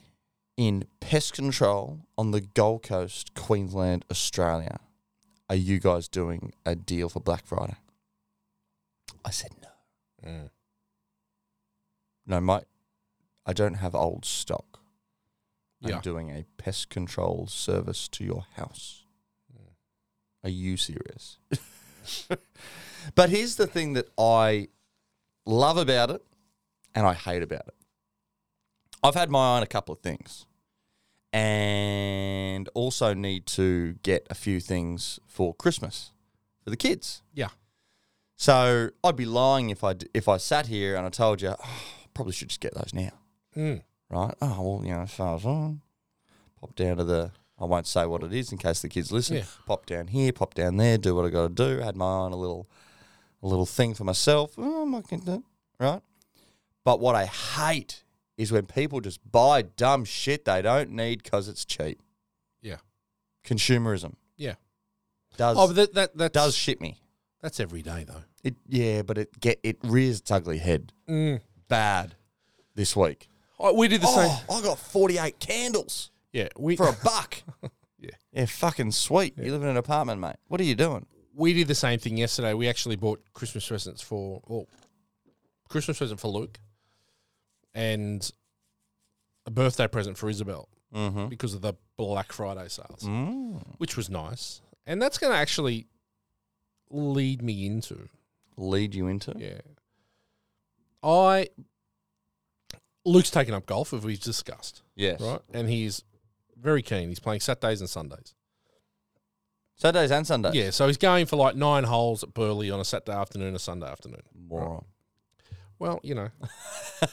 [SPEAKER 2] in pest control on the Gold Coast, Queensland, Australia, are you guys doing a deal for Black Friday? I said no. Mm. no, my, I don't have old stock. I'm
[SPEAKER 1] Yeah.
[SPEAKER 2] doing a pest control service to your house. Are you serious? but here's the thing that I love about it and I hate about it. I've had my eye on a couple of things and also need to get a few things for Christmas for the kids.
[SPEAKER 1] Yeah,
[SPEAKER 2] So I'd be lying if I d- if I sat here and I told you, oh, probably should just get those now,
[SPEAKER 1] Mm.
[SPEAKER 2] right? Oh well, you know, as far as on, oh, pop down to the. I won't say what it is in case the kids listen.
[SPEAKER 1] Yeah.
[SPEAKER 2] Pop down here, pop down there, do what I got to do. Had my eye on a little, a little thing for myself. Oh, I'm not gonna do it, right. But what I hate is when people just buy dumb shit they don't need because it's cheap.
[SPEAKER 1] yeah,
[SPEAKER 2] Consumerism
[SPEAKER 1] yeah.
[SPEAKER 2] does
[SPEAKER 1] Oh, but that that that's,
[SPEAKER 2] does shit me.
[SPEAKER 1] that's every day though.
[SPEAKER 2] It yeah, but it get it rears its ugly head.
[SPEAKER 1] Mm.
[SPEAKER 2] bad this week.
[SPEAKER 1] Oh, we did the same.
[SPEAKER 2] Oh, I got 48 candles
[SPEAKER 1] Yeah, we
[SPEAKER 2] for a buck.
[SPEAKER 1] Yeah.
[SPEAKER 2] Yeah, fucking sweet. You live in an apartment, mate. What are you doing?
[SPEAKER 1] we did the same thing yesterday. We actually bought Christmas presents for well, Christmas present for Luke, and a birthday present for Isabel because of the Black Friday sales,
[SPEAKER 2] Mm.
[SPEAKER 1] which was nice. And that's going to actually lead me into
[SPEAKER 2] Lead you into?
[SPEAKER 1] yeah. I Luke's taken up golf, as we've discussed,
[SPEAKER 2] Yes.
[SPEAKER 1] right? And he's very keen. He's playing Saturdays and Sundays.
[SPEAKER 2] Saturdays and Sundays.
[SPEAKER 1] Yeah, so he's going for like nine holes at Burley on a Saturday afternoon, a Sunday afternoon.
[SPEAKER 2] Moron.
[SPEAKER 1] Well, you know,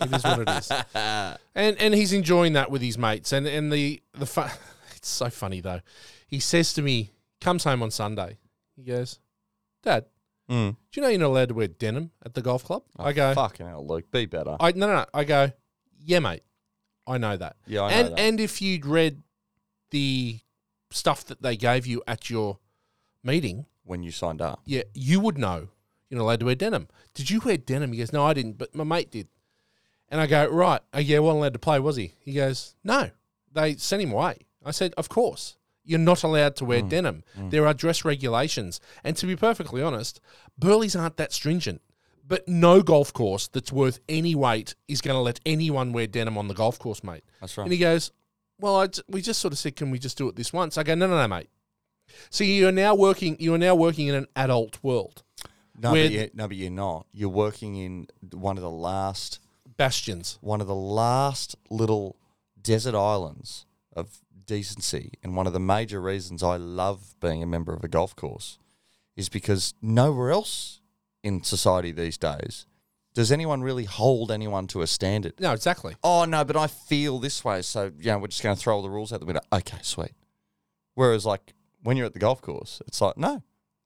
[SPEAKER 1] it is what it is.
[SPEAKER 2] Mm.
[SPEAKER 1] And and he's enjoying that with his mates. And and the the fu- it's so funny though. He says to me, comes home on Sunday. He goes, Dad,
[SPEAKER 2] Mm.
[SPEAKER 1] do you know you're not allowed to wear denim at the golf club?
[SPEAKER 2] Oh,
[SPEAKER 1] I go,
[SPEAKER 2] Fucking hell, Luke, be better.
[SPEAKER 1] I no, no, no. I go, yeah, mate. I know that.
[SPEAKER 2] yeah, I know
[SPEAKER 1] and
[SPEAKER 2] that.
[SPEAKER 1] and if you'd read the stuff that they gave you at your meeting,
[SPEAKER 2] when you signed up.
[SPEAKER 1] yeah, you would know you're not allowed to wear denim. Did you wear denim? He goes, no, I didn't, but my mate did. And I go, right. Oh, yeah, wasn't allowed to play, was he? He goes, no. They sent him away. I said, of course. You're not allowed to
[SPEAKER 2] Mm.
[SPEAKER 1] wear denim. There are dress regulations. And to be perfectly honest, burleys aren't that stringent. But no golf course that's worth any weight is going to let anyone wear denim on the golf course, mate.
[SPEAKER 2] That's right.
[SPEAKER 1] And he goes, "Well, I j- we just sort of said, can we just do it this once?" I go, "No, no, no, mate. So you are now working. You are now working in an adult world.
[SPEAKER 2] no,
[SPEAKER 1] where-
[SPEAKER 2] but you no, but you're not. You're working in one of the last,
[SPEAKER 1] Bastions.
[SPEAKER 2] one of the last little desert islands of decency, and one of the major reasons I love being a member of a golf course is because nowhere else in society these days does anyone really hold anyone to a standard.
[SPEAKER 1] No, exactly.
[SPEAKER 2] oh no, but I feel this way, so you know, we're just going to throw all the rules out the window. Okay, sweet. Whereas, like when you're at the golf course, it's like no,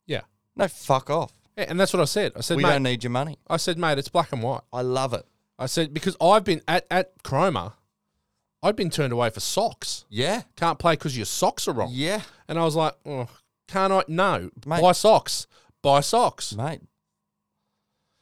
[SPEAKER 1] Yeah,
[SPEAKER 2] no, fuck off.
[SPEAKER 1] Yeah, and that's what I said. I said,
[SPEAKER 2] we
[SPEAKER 1] mate.
[SPEAKER 2] don't need your money.
[SPEAKER 1] I said, mate, it's black and white.
[SPEAKER 2] I love it.
[SPEAKER 1] I said because I've been at at Chroma, I've been turned away for socks.
[SPEAKER 2] Yeah,
[SPEAKER 1] Can't play because your socks are wrong.
[SPEAKER 2] yeah,
[SPEAKER 1] And I was like, oh, can't I? No,
[SPEAKER 2] Mate.
[SPEAKER 1] buy socks. Buy socks.
[SPEAKER 2] mate.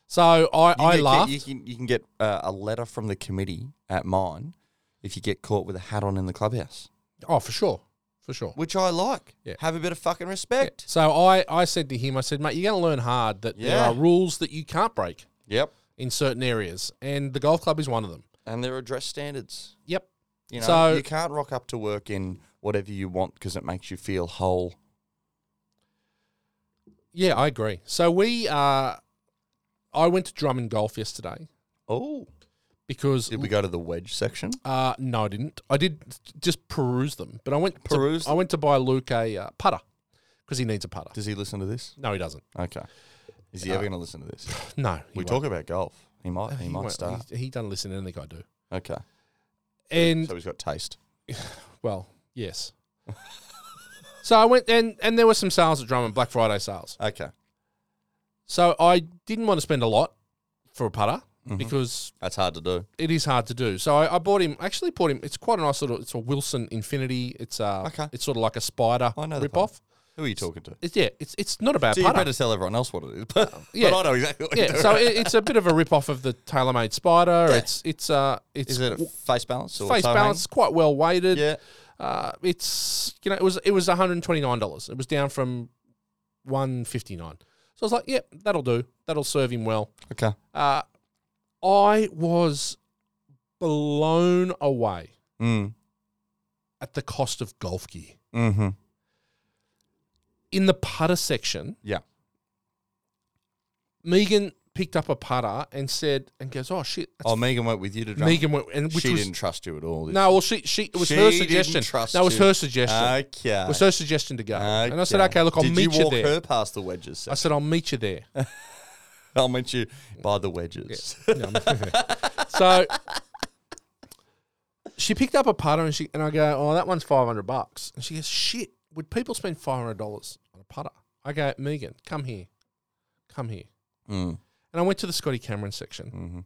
[SPEAKER 1] So I
[SPEAKER 2] You
[SPEAKER 1] I
[SPEAKER 2] can,
[SPEAKER 1] laughed.
[SPEAKER 2] You can you can get uh, a letter from the committee at mine if you get caught with a hat on in the clubhouse,
[SPEAKER 1] oh, for sure, for sure.
[SPEAKER 2] which I like.
[SPEAKER 1] Yeah.
[SPEAKER 2] Have a bit of fucking respect.
[SPEAKER 1] So I, I said to him, I said, mate, you're going to learn hard that there
[SPEAKER 2] Yeah.
[SPEAKER 1] are rules that you can't break
[SPEAKER 2] Yep.
[SPEAKER 1] in certain areas, and the golf club is one of them.
[SPEAKER 2] And there are dress standards.
[SPEAKER 1] Yep.
[SPEAKER 2] You know,
[SPEAKER 1] So-
[SPEAKER 2] you can't rock up to work in whatever you want because it makes you feel whole.
[SPEAKER 1] Yeah, I agree. So we, uh, I went to Drummond Golf yesterday
[SPEAKER 2] Oh,
[SPEAKER 1] because
[SPEAKER 2] did we go to the wedge section?
[SPEAKER 1] Uh, no, I didn't. I did just peruse them, but I went
[SPEAKER 2] Peruse
[SPEAKER 1] To, I went to buy Luke a uh, putter because he needs a putter.
[SPEAKER 2] Does he listen to this?
[SPEAKER 1] No, he doesn't.
[SPEAKER 2] Okay. Is Uh, he ever going to listen to this?
[SPEAKER 1] No, he
[SPEAKER 2] We
[SPEAKER 1] won't.
[SPEAKER 2] talk about golf. He might. He, might
[SPEAKER 1] won't.
[SPEAKER 2] start.
[SPEAKER 1] He, he doesn't listen to anything I do.
[SPEAKER 2] Okay.
[SPEAKER 1] And
[SPEAKER 2] So he's got taste.
[SPEAKER 1] well, yes. so I went and and there were some sales at Drummond Black Friday sales.
[SPEAKER 2] Okay.
[SPEAKER 1] So I didn't want to spend a lot for a putter
[SPEAKER 2] Mm-hmm.
[SPEAKER 1] because
[SPEAKER 2] That's hard to do.
[SPEAKER 1] it is hard to do. So I, I bought him. Actually, bought him. It's quite a nice little. It's a Wilson Infinity. It's a.
[SPEAKER 2] Okay.
[SPEAKER 1] It's sort of like a spider
[SPEAKER 2] I know the
[SPEAKER 1] rip off.
[SPEAKER 2] Who are you talking to?
[SPEAKER 1] It's yeah. It's it's not a bad
[SPEAKER 2] So you
[SPEAKER 1] putter.
[SPEAKER 2] better tell everyone else what it is. But, but
[SPEAKER 1] Yeah.
[SPEAKER 2] I know exactly what
[SPEAKER 1] yeah.
[SPEAKER 2] you're
[SPEAKER 1] So it, it's a bit of a rip off of the TaylorMade Spider. It's it's uh it's
[SPEAKER 2] Is it a face balance or
[SPEAKER 1] face
[SPEAKER 2] toe hang?
[SPEAKER 1] balance quite well weighted.
[SPEAKER 2] Yeah.
[SPEAKER 1] Uh, it's you know it was it was one hundred and twenty nine dollars. It was down from one fifty nine. So I was like, yep, that'll do. That'll serve him well.
[SPEAKER 2] Okay.
[SPEAKER 1] Uh, I was blown away
[SPEAKER 2] Mm.
[SPEAKER 1] at the cost of golf gear.
[SPEAKER 2] Mm-hmm.
[SPEAKER 1] In the putter section,
[SPEAKER 2] Yeah.
[SPEAKER 1] Megan picked up a putter and said, and goes, oh shit. That's
[SPEAKER 2] Oh, Megan went with you to drink.
[SPEAKER 1] Megan went, and which
[SPEAKER 2] she
[SPEAKER 1] was,
[SPEAKER 2] didn't trust you at all. did
[SPEAKER 1] no, well, she, she, it was
[SPEAKER 2] She
[SPEAKER 1] her
[SPEAKER 2] didn't
[SPEAKER 1] suggestion.
[SPEAKER 2] trust
[SPEAKER 1] no, it was
[SPEAKER 2] you.
[SPEAKER 1] her
[SPEAKER 2] she?
[SPEAKER 1] suggestion.
[SPEAKER 2] Okay.
[SPEAKER 1] it was her suggestion to go. And I said, okay, look, I'll
[SPEAKER 2] Did
[SPEAKER 1] meet
[SPEAKER 2] you
[SPEAKER 1] you,
[SPEAKER 2] walk
[SPEAKER 1] there.
[SPEAKER 2] her past the wedges?
[SPEAKER 1] I
[SPEAKER 2] section?
[SPEAKER 1] said, I'll meet you there.
[SPEAKER 2] I'll meet you by the wedges.
[SPEAKER 1] so she picked up a putter and she and I go, oh, that one's five hundred bucks. And she goes, shit, would people spend five hundred dollars on a putter? I go, Megan, come here, come here.
[SPEAKER 2] Mm. Mm-hmm.
[SPEAKER 1] And I went to the Scotty Cameron section.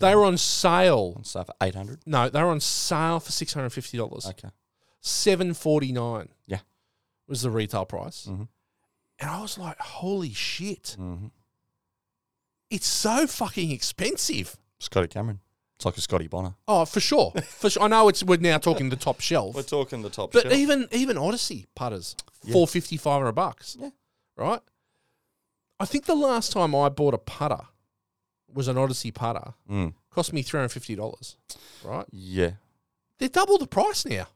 [SPEAKER 1] They were on sale.
[SPEAKER 2] So for eight hundred.
[SPEAKER 1] No, they were on sale for six hundred fifty dollars.
[SPEAKER 2] Okay.
[SPEAKER 1] Seven forty nine.
[SPEAKER 2] Yeah.
[SPEAKER 1] was the retail price.
[SPEAKER 2] Mm-hmm.
[SPEAKER 1] And I was like, holy shit. It's so fucking expensive.
[SPEAKER 2] Scotty Cameron. It's like a Scotty Bonner.
[SPEAKER 1] Oh, for sure. For sure. I know it's we're now talking the top shelf.
[SPEAKER 2] We're talking the top
[SPEAKER 1] but
[SPEAKER 2] shelf.
[SPEAKER 1] even even Odyssey putters, four fifty, five hundred bucks.
[SPEAKER 2] Yeah.
[SPEAKER 1] Right? I think the last time I bought a putter was an Odyssey putter.
[SPEAKER 2] Mm.
[SPEAKER 1] Cost me three hundred and fifty dollars. Right?
[SPEAKER 2] Yeah.
[SPEAKER 1] They're double the price now.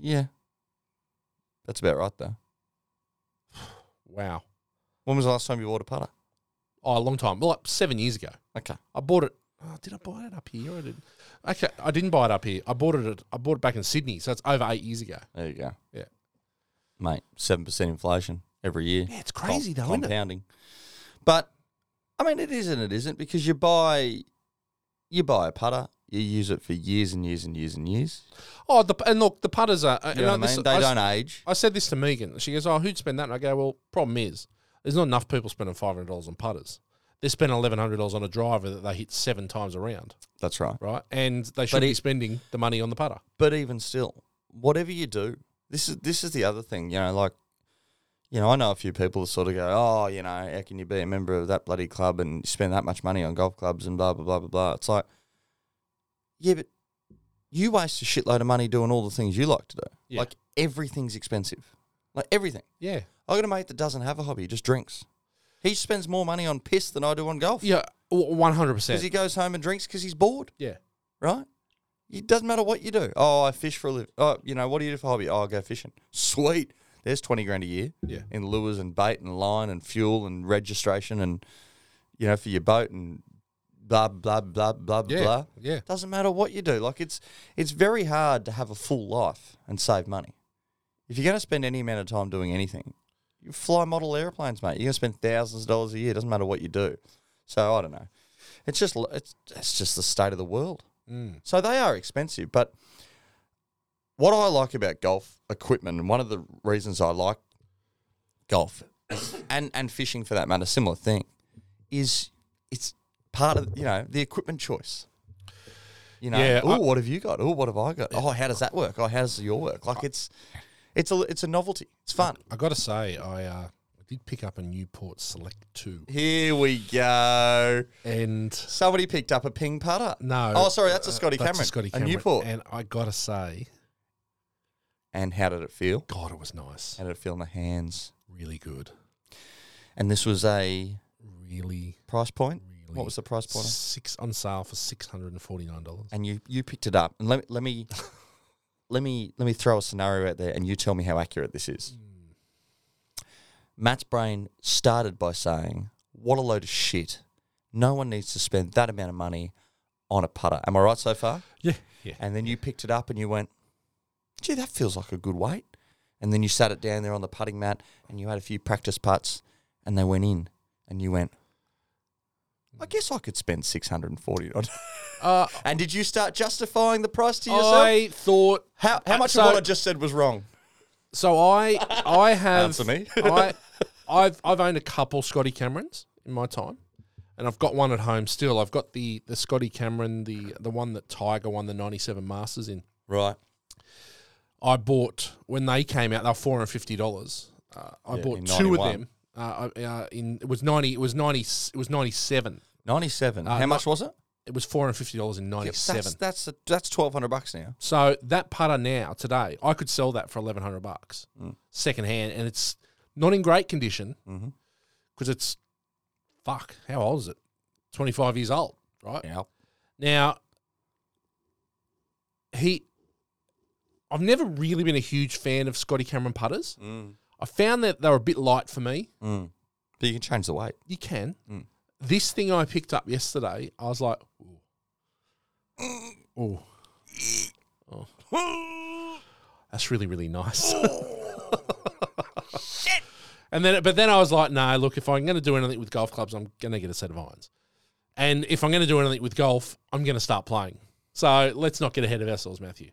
[SPEAKER 2] Yeah. That's about right though.
[SPEAKER 1] Wow.
[SPEAKER 2] When was the last time you bought a putter?
[SPEAKER 1] Oh, a long time. Well, like seven years ago.
[SPEAKER 2] Okay.
[SPEAKER 1] I bought it. Oh, did I buy it up here? I did. Okay, I didn't buy it up here. I bought it. At, I bought it back in Sydney, so it's over eight years ago.
[SPEAKER 2] There you go.
[SPEAKER 1] Yeah.
[SPEAKER 2] Mate, seven percent inflation every year.
[SPEAKER 1] Yeah, it's crazy
[SPEAKER 2] Com-
[SPEAKER 1] though, isn't it?
[SPEAKER 2] Compounding. But I mean it is and it isn't because you buy you buy a putter, You use it for years and years and years and years.
[SPEAKER 1] Oh, the, and look, the putters are. uh, and
[SPEAKER 2] You know what I
[SPEAKER 1] this-
[SPEAKER 2] mean? They
[SPEAKER 1] s-
[SPEAKER 2] don't age.
[SPEAKER 1] I said this to Megan. She goes, "Oh, who'd spend that?" And I go, "Well, problem is, there's not enough people spending five hundred dollars on putters. They spend eleven hundred dollars on a driver that they hit seven times around,
[SPEAKER 2] That's right.
[SPEAKER 1] right? And they should
[SPEAKER 2] But
[SPEAKER 1] be
[SPEAKER 2] it-
[SPEAKER 1] spending the money on the putter.
[SPEAKER 2] But even still, whatever you do, this is this is the other thing. You know, like, you know, I know a few people that sort of go, "Oh, you know, how can you be a member of that bloody club and spend that much money on golf clubs and blah blah blah blah blah?" It's like, yeah, but you waste a shitload of money doing all the things you like to do.
[SPEAKER 1] Yeah.
[SPEAKER 2] Like everything's expensive. Like everything.
[SPEAKER 1] Yeah,
[SPEAKER 2] I got a mate that doesn't have a hobby; he just drinks. He spends more money on piss than I do on golf
[SPEAKER 1] yeah, one hundred
[SPEAKER 2] because
[SPEAKER 1] percent.
[SPEAKER 2] he goes home and drinks because he's bored
[SPEAKER 1] Yeah,
[SPEAKER 2] right? It doesn't matter what you do. Oh, I fish for a living. Oh, you know, what do you do for a hobby? Oh, I go fishing. Sweet. There's 20 grand a year
[SPEAKER 1] Yeah.
[SPEAKER 2] in lures and bait and line and fuel and registration and, you know, for your boat and blah, blah, blah, blah,
[SPEAKER 1] yeah,
[SPEAKER 2] blah.
[SPEAKER 1] yeah.
[SPEAKER 2] Doesn't matter what you do. Like, it's it's very hard to have a full life and save money. If you're going to spend any amount of time doing anything, you fly model airplanes, mate. You're going to spend thousands of dollars a year. doesn't matter what you do. So, I don't know. It's just, it's, it's just the state of the world.
[SPEAKER 1] Mm.
[SPEAKER 2] So they are expensive, but what I like about golf equipment, and one of the reasons I like golf and and fishing for that matter, similar thing, is it's part of you know the equipment choice. You know,
[SPEAKER 1] Yeah,
[SPEAKER 2] oh,
[SPEAKER 1] I-
[SPEAKER 2] what have you got? Oh, what have I got? Oh, how does that work? Oh, how does your work? Like it's it's a it's a novelty. It's fun.
[SPEAKER 1] I got to say, I uh, did pick up a Newport Select two,
[SPEAKER 2] Here we go.
[SPEAKER 1] and
[SPEAKER 2] Somebody picked up a ping putter.
[SPEAKER 1] no, Uh,
[SPEAKER 2] Oh, sorry, that's a Scotty
[SPEAKER 1] that's a
[SPEAKER 2] Cameron.
[SPEAKER 1] Scotty
[SPEAKER 2] a
[SPEAKER 1] Cameron,
[SPEAKER 2] Newport.
[SPEAKER 1] and I got to say,
[SPEAKER 2] and how did it feel?
[SPEAKER 1] God, it was nice,
[SPEAKER 2] How did it feel in the hands?
[SPEAKER 1] really good,
[SPEAKER 2] And this was a
[SPEAKER 1] really,
[SPEAKER 2] price point.
[SPEAKER 1] really.
[SPEAKER 2] What was the price point?
[SPEAKER 1] six on sale for six hundred and forty nine dollars?
[SPEAKER 2] And you you picked it up. And let let me let me let me throw a scenario out there, and you tell me how accurate this is. Matt's brain started by saying, "What a load of shit! No one needs to spend that amount of money on a putter." Am I right so far?
[SPEAKER 1] Yeah, yeah.
[SPEAKER 2] And then you picked it up and you went, gee, that feels like a good weight. And then you sat it down there on the putting mat and you had a few practice putts and they went in. And you went, I guess I could spend 640 on
[SPEAKER 1] Uh,
[SPEAKER 2] And did you start justifying the price to yourself?
[SPEAKER 1] I thought
[SPEAKER 2] how, how much
[SPEAKER 1] so-
[SPEAKER 2] of what I just said was wrong?
[SPEAKER 1] so. I I have
[SPEAKER 2] Answer me.
[SPEAKER 1] I I've I've owned a couple Scotty Camerons in my time, and I've got one at home still. I've got the the Scotty Cameron, the the one that Tiger won the '97 Masters in.
[SPEAKER 2] Right.
[SPEAKER 1] I bought when they came out. They were four hundred fifty dollars. Uh, I
[SPEAKER 2] Yeah,
[SPEAKER 1] bought
[SPEAKER 2] in
[SPEAKER 1] two of
[SPEAKER 2] 91.
[SPEAKER 1] them. Uh, I- uh, in it was ninety. It was ninety. It was ninety seven.
[SPEAKER 2] 97.
[SPEAKER 1] Uh,
[SPEAKER 2] how much was it?
[SPEAKER 1] It was four hundred fifty dollars in ninety seven.
[SPEAKER 2] That's, that's, a, that's 1200 bucks now.
[SPEAKER 1] So that putter now today, I could sell that for eleven hundred bucks, second hand, and it's not in great condition because
[SPEAKER 2] Mhm.
[SPEAKER 1] it's fuck. How old is it? Twenty five years old, right?
[SPEAKER 2] Yeah.
[SPEAKER 1] Now, he, I've never really been a huge fan of Scotty Cameron putters.
[SPEAKER 2] Mm.
[SPEAKER 1] I found that they were a bit light for me.
[SPEAKER 2] Mm. But you can change the weight.
[SPEAKER 1] You can.
[SPEAKER 2] Mm.
[SPEAKER 1] This thing I picked up yesterday, I was like,
[SPEAKER 2] Mm.
[SPEAKER 1] oh, that's really really nice. And then, but then I was like, no, look, if I'm going to do anything with golf clubs, I'm going to get a set of irons. And if I'm going to do anything with golf, I'm going to start playing. So let's not get ahead of ourselves, Matthew.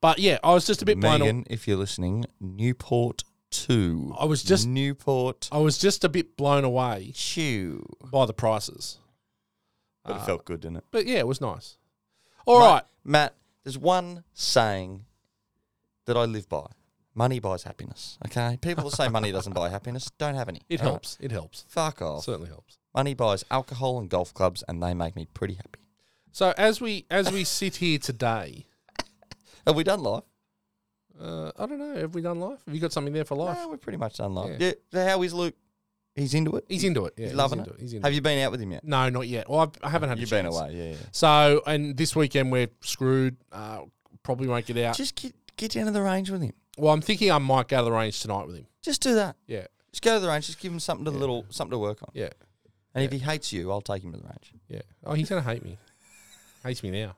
[SPEAKER 1] But yeah, I was just a bit blown. Away.
[SPEAKER 2] Megan, if you're listening, Newport 2.
[SPEAKER 1] I was just-
[SPEAKER 2] Newport
[SPEAKER 1] I was just a bit blown away
[SPEAKER 2] 2.
[SPEAKER 1] by the prices.
[SPEAKER 2] But it felt good, didn't it?
[SPEAKER 1] But yeah, it was nice. Uh, All right,
[SPEAKER 2] Matt, there's one saying that I live by. Money buys happiness, okay? People that say money doesn't buy happiness don't have any.
[SPEAKER 1] it
[SPEAKER 2] all right?
[SPEAKER 1] helps. Uh, It helps.
[SPEAKER 2] Fuck off.
[SPEAKER 1] Certainly helps.
[SPEAKER 2] money buys alcohol and golf clubs, and they make me pretty happy.
[SPEAKER 1] So as we as we sit here today,
[SPEAKER 2] Have we done life?
[SPEAKER 1] uh, I don't know. Have we done life? Have you got something there for life?
[SPEAKER 2] No, we're pretty much done life.
[SPEAKER 1] Yeah.
[SPEAKER 2] Yeah. So How is Luke? He's into it?
[SPEAKER 1] He's into it. Yeah,
[SPEAKER 2] He's loving
[SPEAKER 1] into
[SPEAKER 2] it.
[SPEAKER 1] He's into
[SPEAKER 2] Have
[SPEAKER 1] it.
[SPEAKER 2] you been out with him yet?
[SPEAKER 1] No, not yet. Well, I've, I haven't had. a
[SPEAKER 2] You've been
[SPEAKER 1] chance.
[SPEAKER 2] away, yeah. yeah.
[SPEAKER 1] So, and this weekend we're screwed. Uh, probably won't get out.
[SPEAKER 2] Just get, get down to the range with him.
[SPEAKER 1] Well, I'm thinking I might go to the range tonight with him.
[SPEAKER 2] Just do that.
[SPEAKER 1] Yeah,
[SPEAKER 2] Just go to the range. Just give him something to little something to work on.
[SPEAKER 1] yeah,
[SPEAKER 2] And if he hates you, I'll take him to the range.
[SPEAKER 1] yeah. Oh, he's gonna hate me. Hates me now.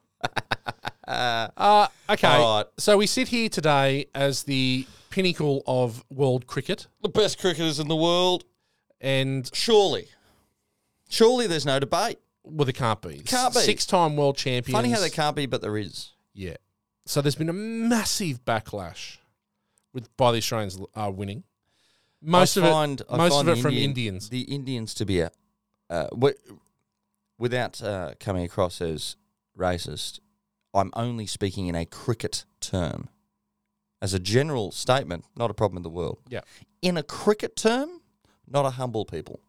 [SPEAKER 1] uh, okay.
[SPEAKER 2] All right.
[SPEAKER 1] So we sit here today as the pinnacle of world cricket,
[SPEAKER 2] The best cricketers in the world,
[SPEAKER 1] and
[SPEAKER 2] surely. Surely there's no debate.
[SPEAKER 1] Well, there can't be.
[SPEAKER 2] Can't be.
[SPEAKER 1] Six-time world champions.
[SPEAKER 2] Funny how there can't be, but there is.
[SPEAKER 1] Yeah. So there's been a massive backlash with by the Australians uh, winning. Most
[SPEAKER 2] I
[SPEAKER 1] of it,
[SPEAKER 2] find- I
[SPEAKER 1] most
[SPEAKER 2] find
[SPEAKER 1] of it
[SPEAKER 2] the
[SPEAKER 1] from
[SPEAKER 2] Indian-
[SPEAKER 1] Indians.
[SPEAKER 2] The Indians to be a, uh, wi- without uh, coming across as racist, I'm only speaking in a cricket term. As a general statement, not a problem in the world.
[SPEAKER 1] Yeah.
[SPEAKER 2] In a cricket term, not a humble people.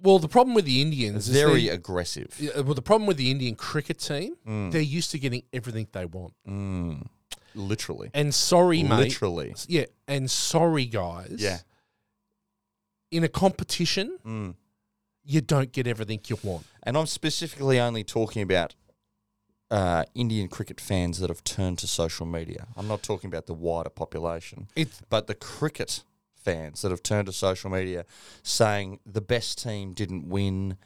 [SPEAKER 1] Well, the problem with the Indians is
[SPEAKER 2] Very
[SPEAKER 1] they-
[SPEAKER 2] aggressive.
[SPEAKER 1] Yeah, well, the problem with the Indian cricket team,
[SPEAKER 2] Mm.
[SPEAKER 1] they're used to getting everything they want.
[SPEAKER 2] Mm. Literally.
[SPEAKER 1] And sorry, mate.
[SPEAKER 2] Literally.
[SPEAKER 1] Yeah, and sorry, guys.
[SPEAKER 2] Yeah.
[SPEAKER 1] In a competition,
[SPEAKER 2] Mm.
[SPEAKER 1] you don't get everything you want.
[SPEAKER 2] And I'm specifically only talking about uh, Indian cricket fans that have turned to social media. I'm not talking about the wider population,
[SPEAKER 1] It's
[SPEAKER 2] but the cricket fans that have turned to social media saying the best team didn't win.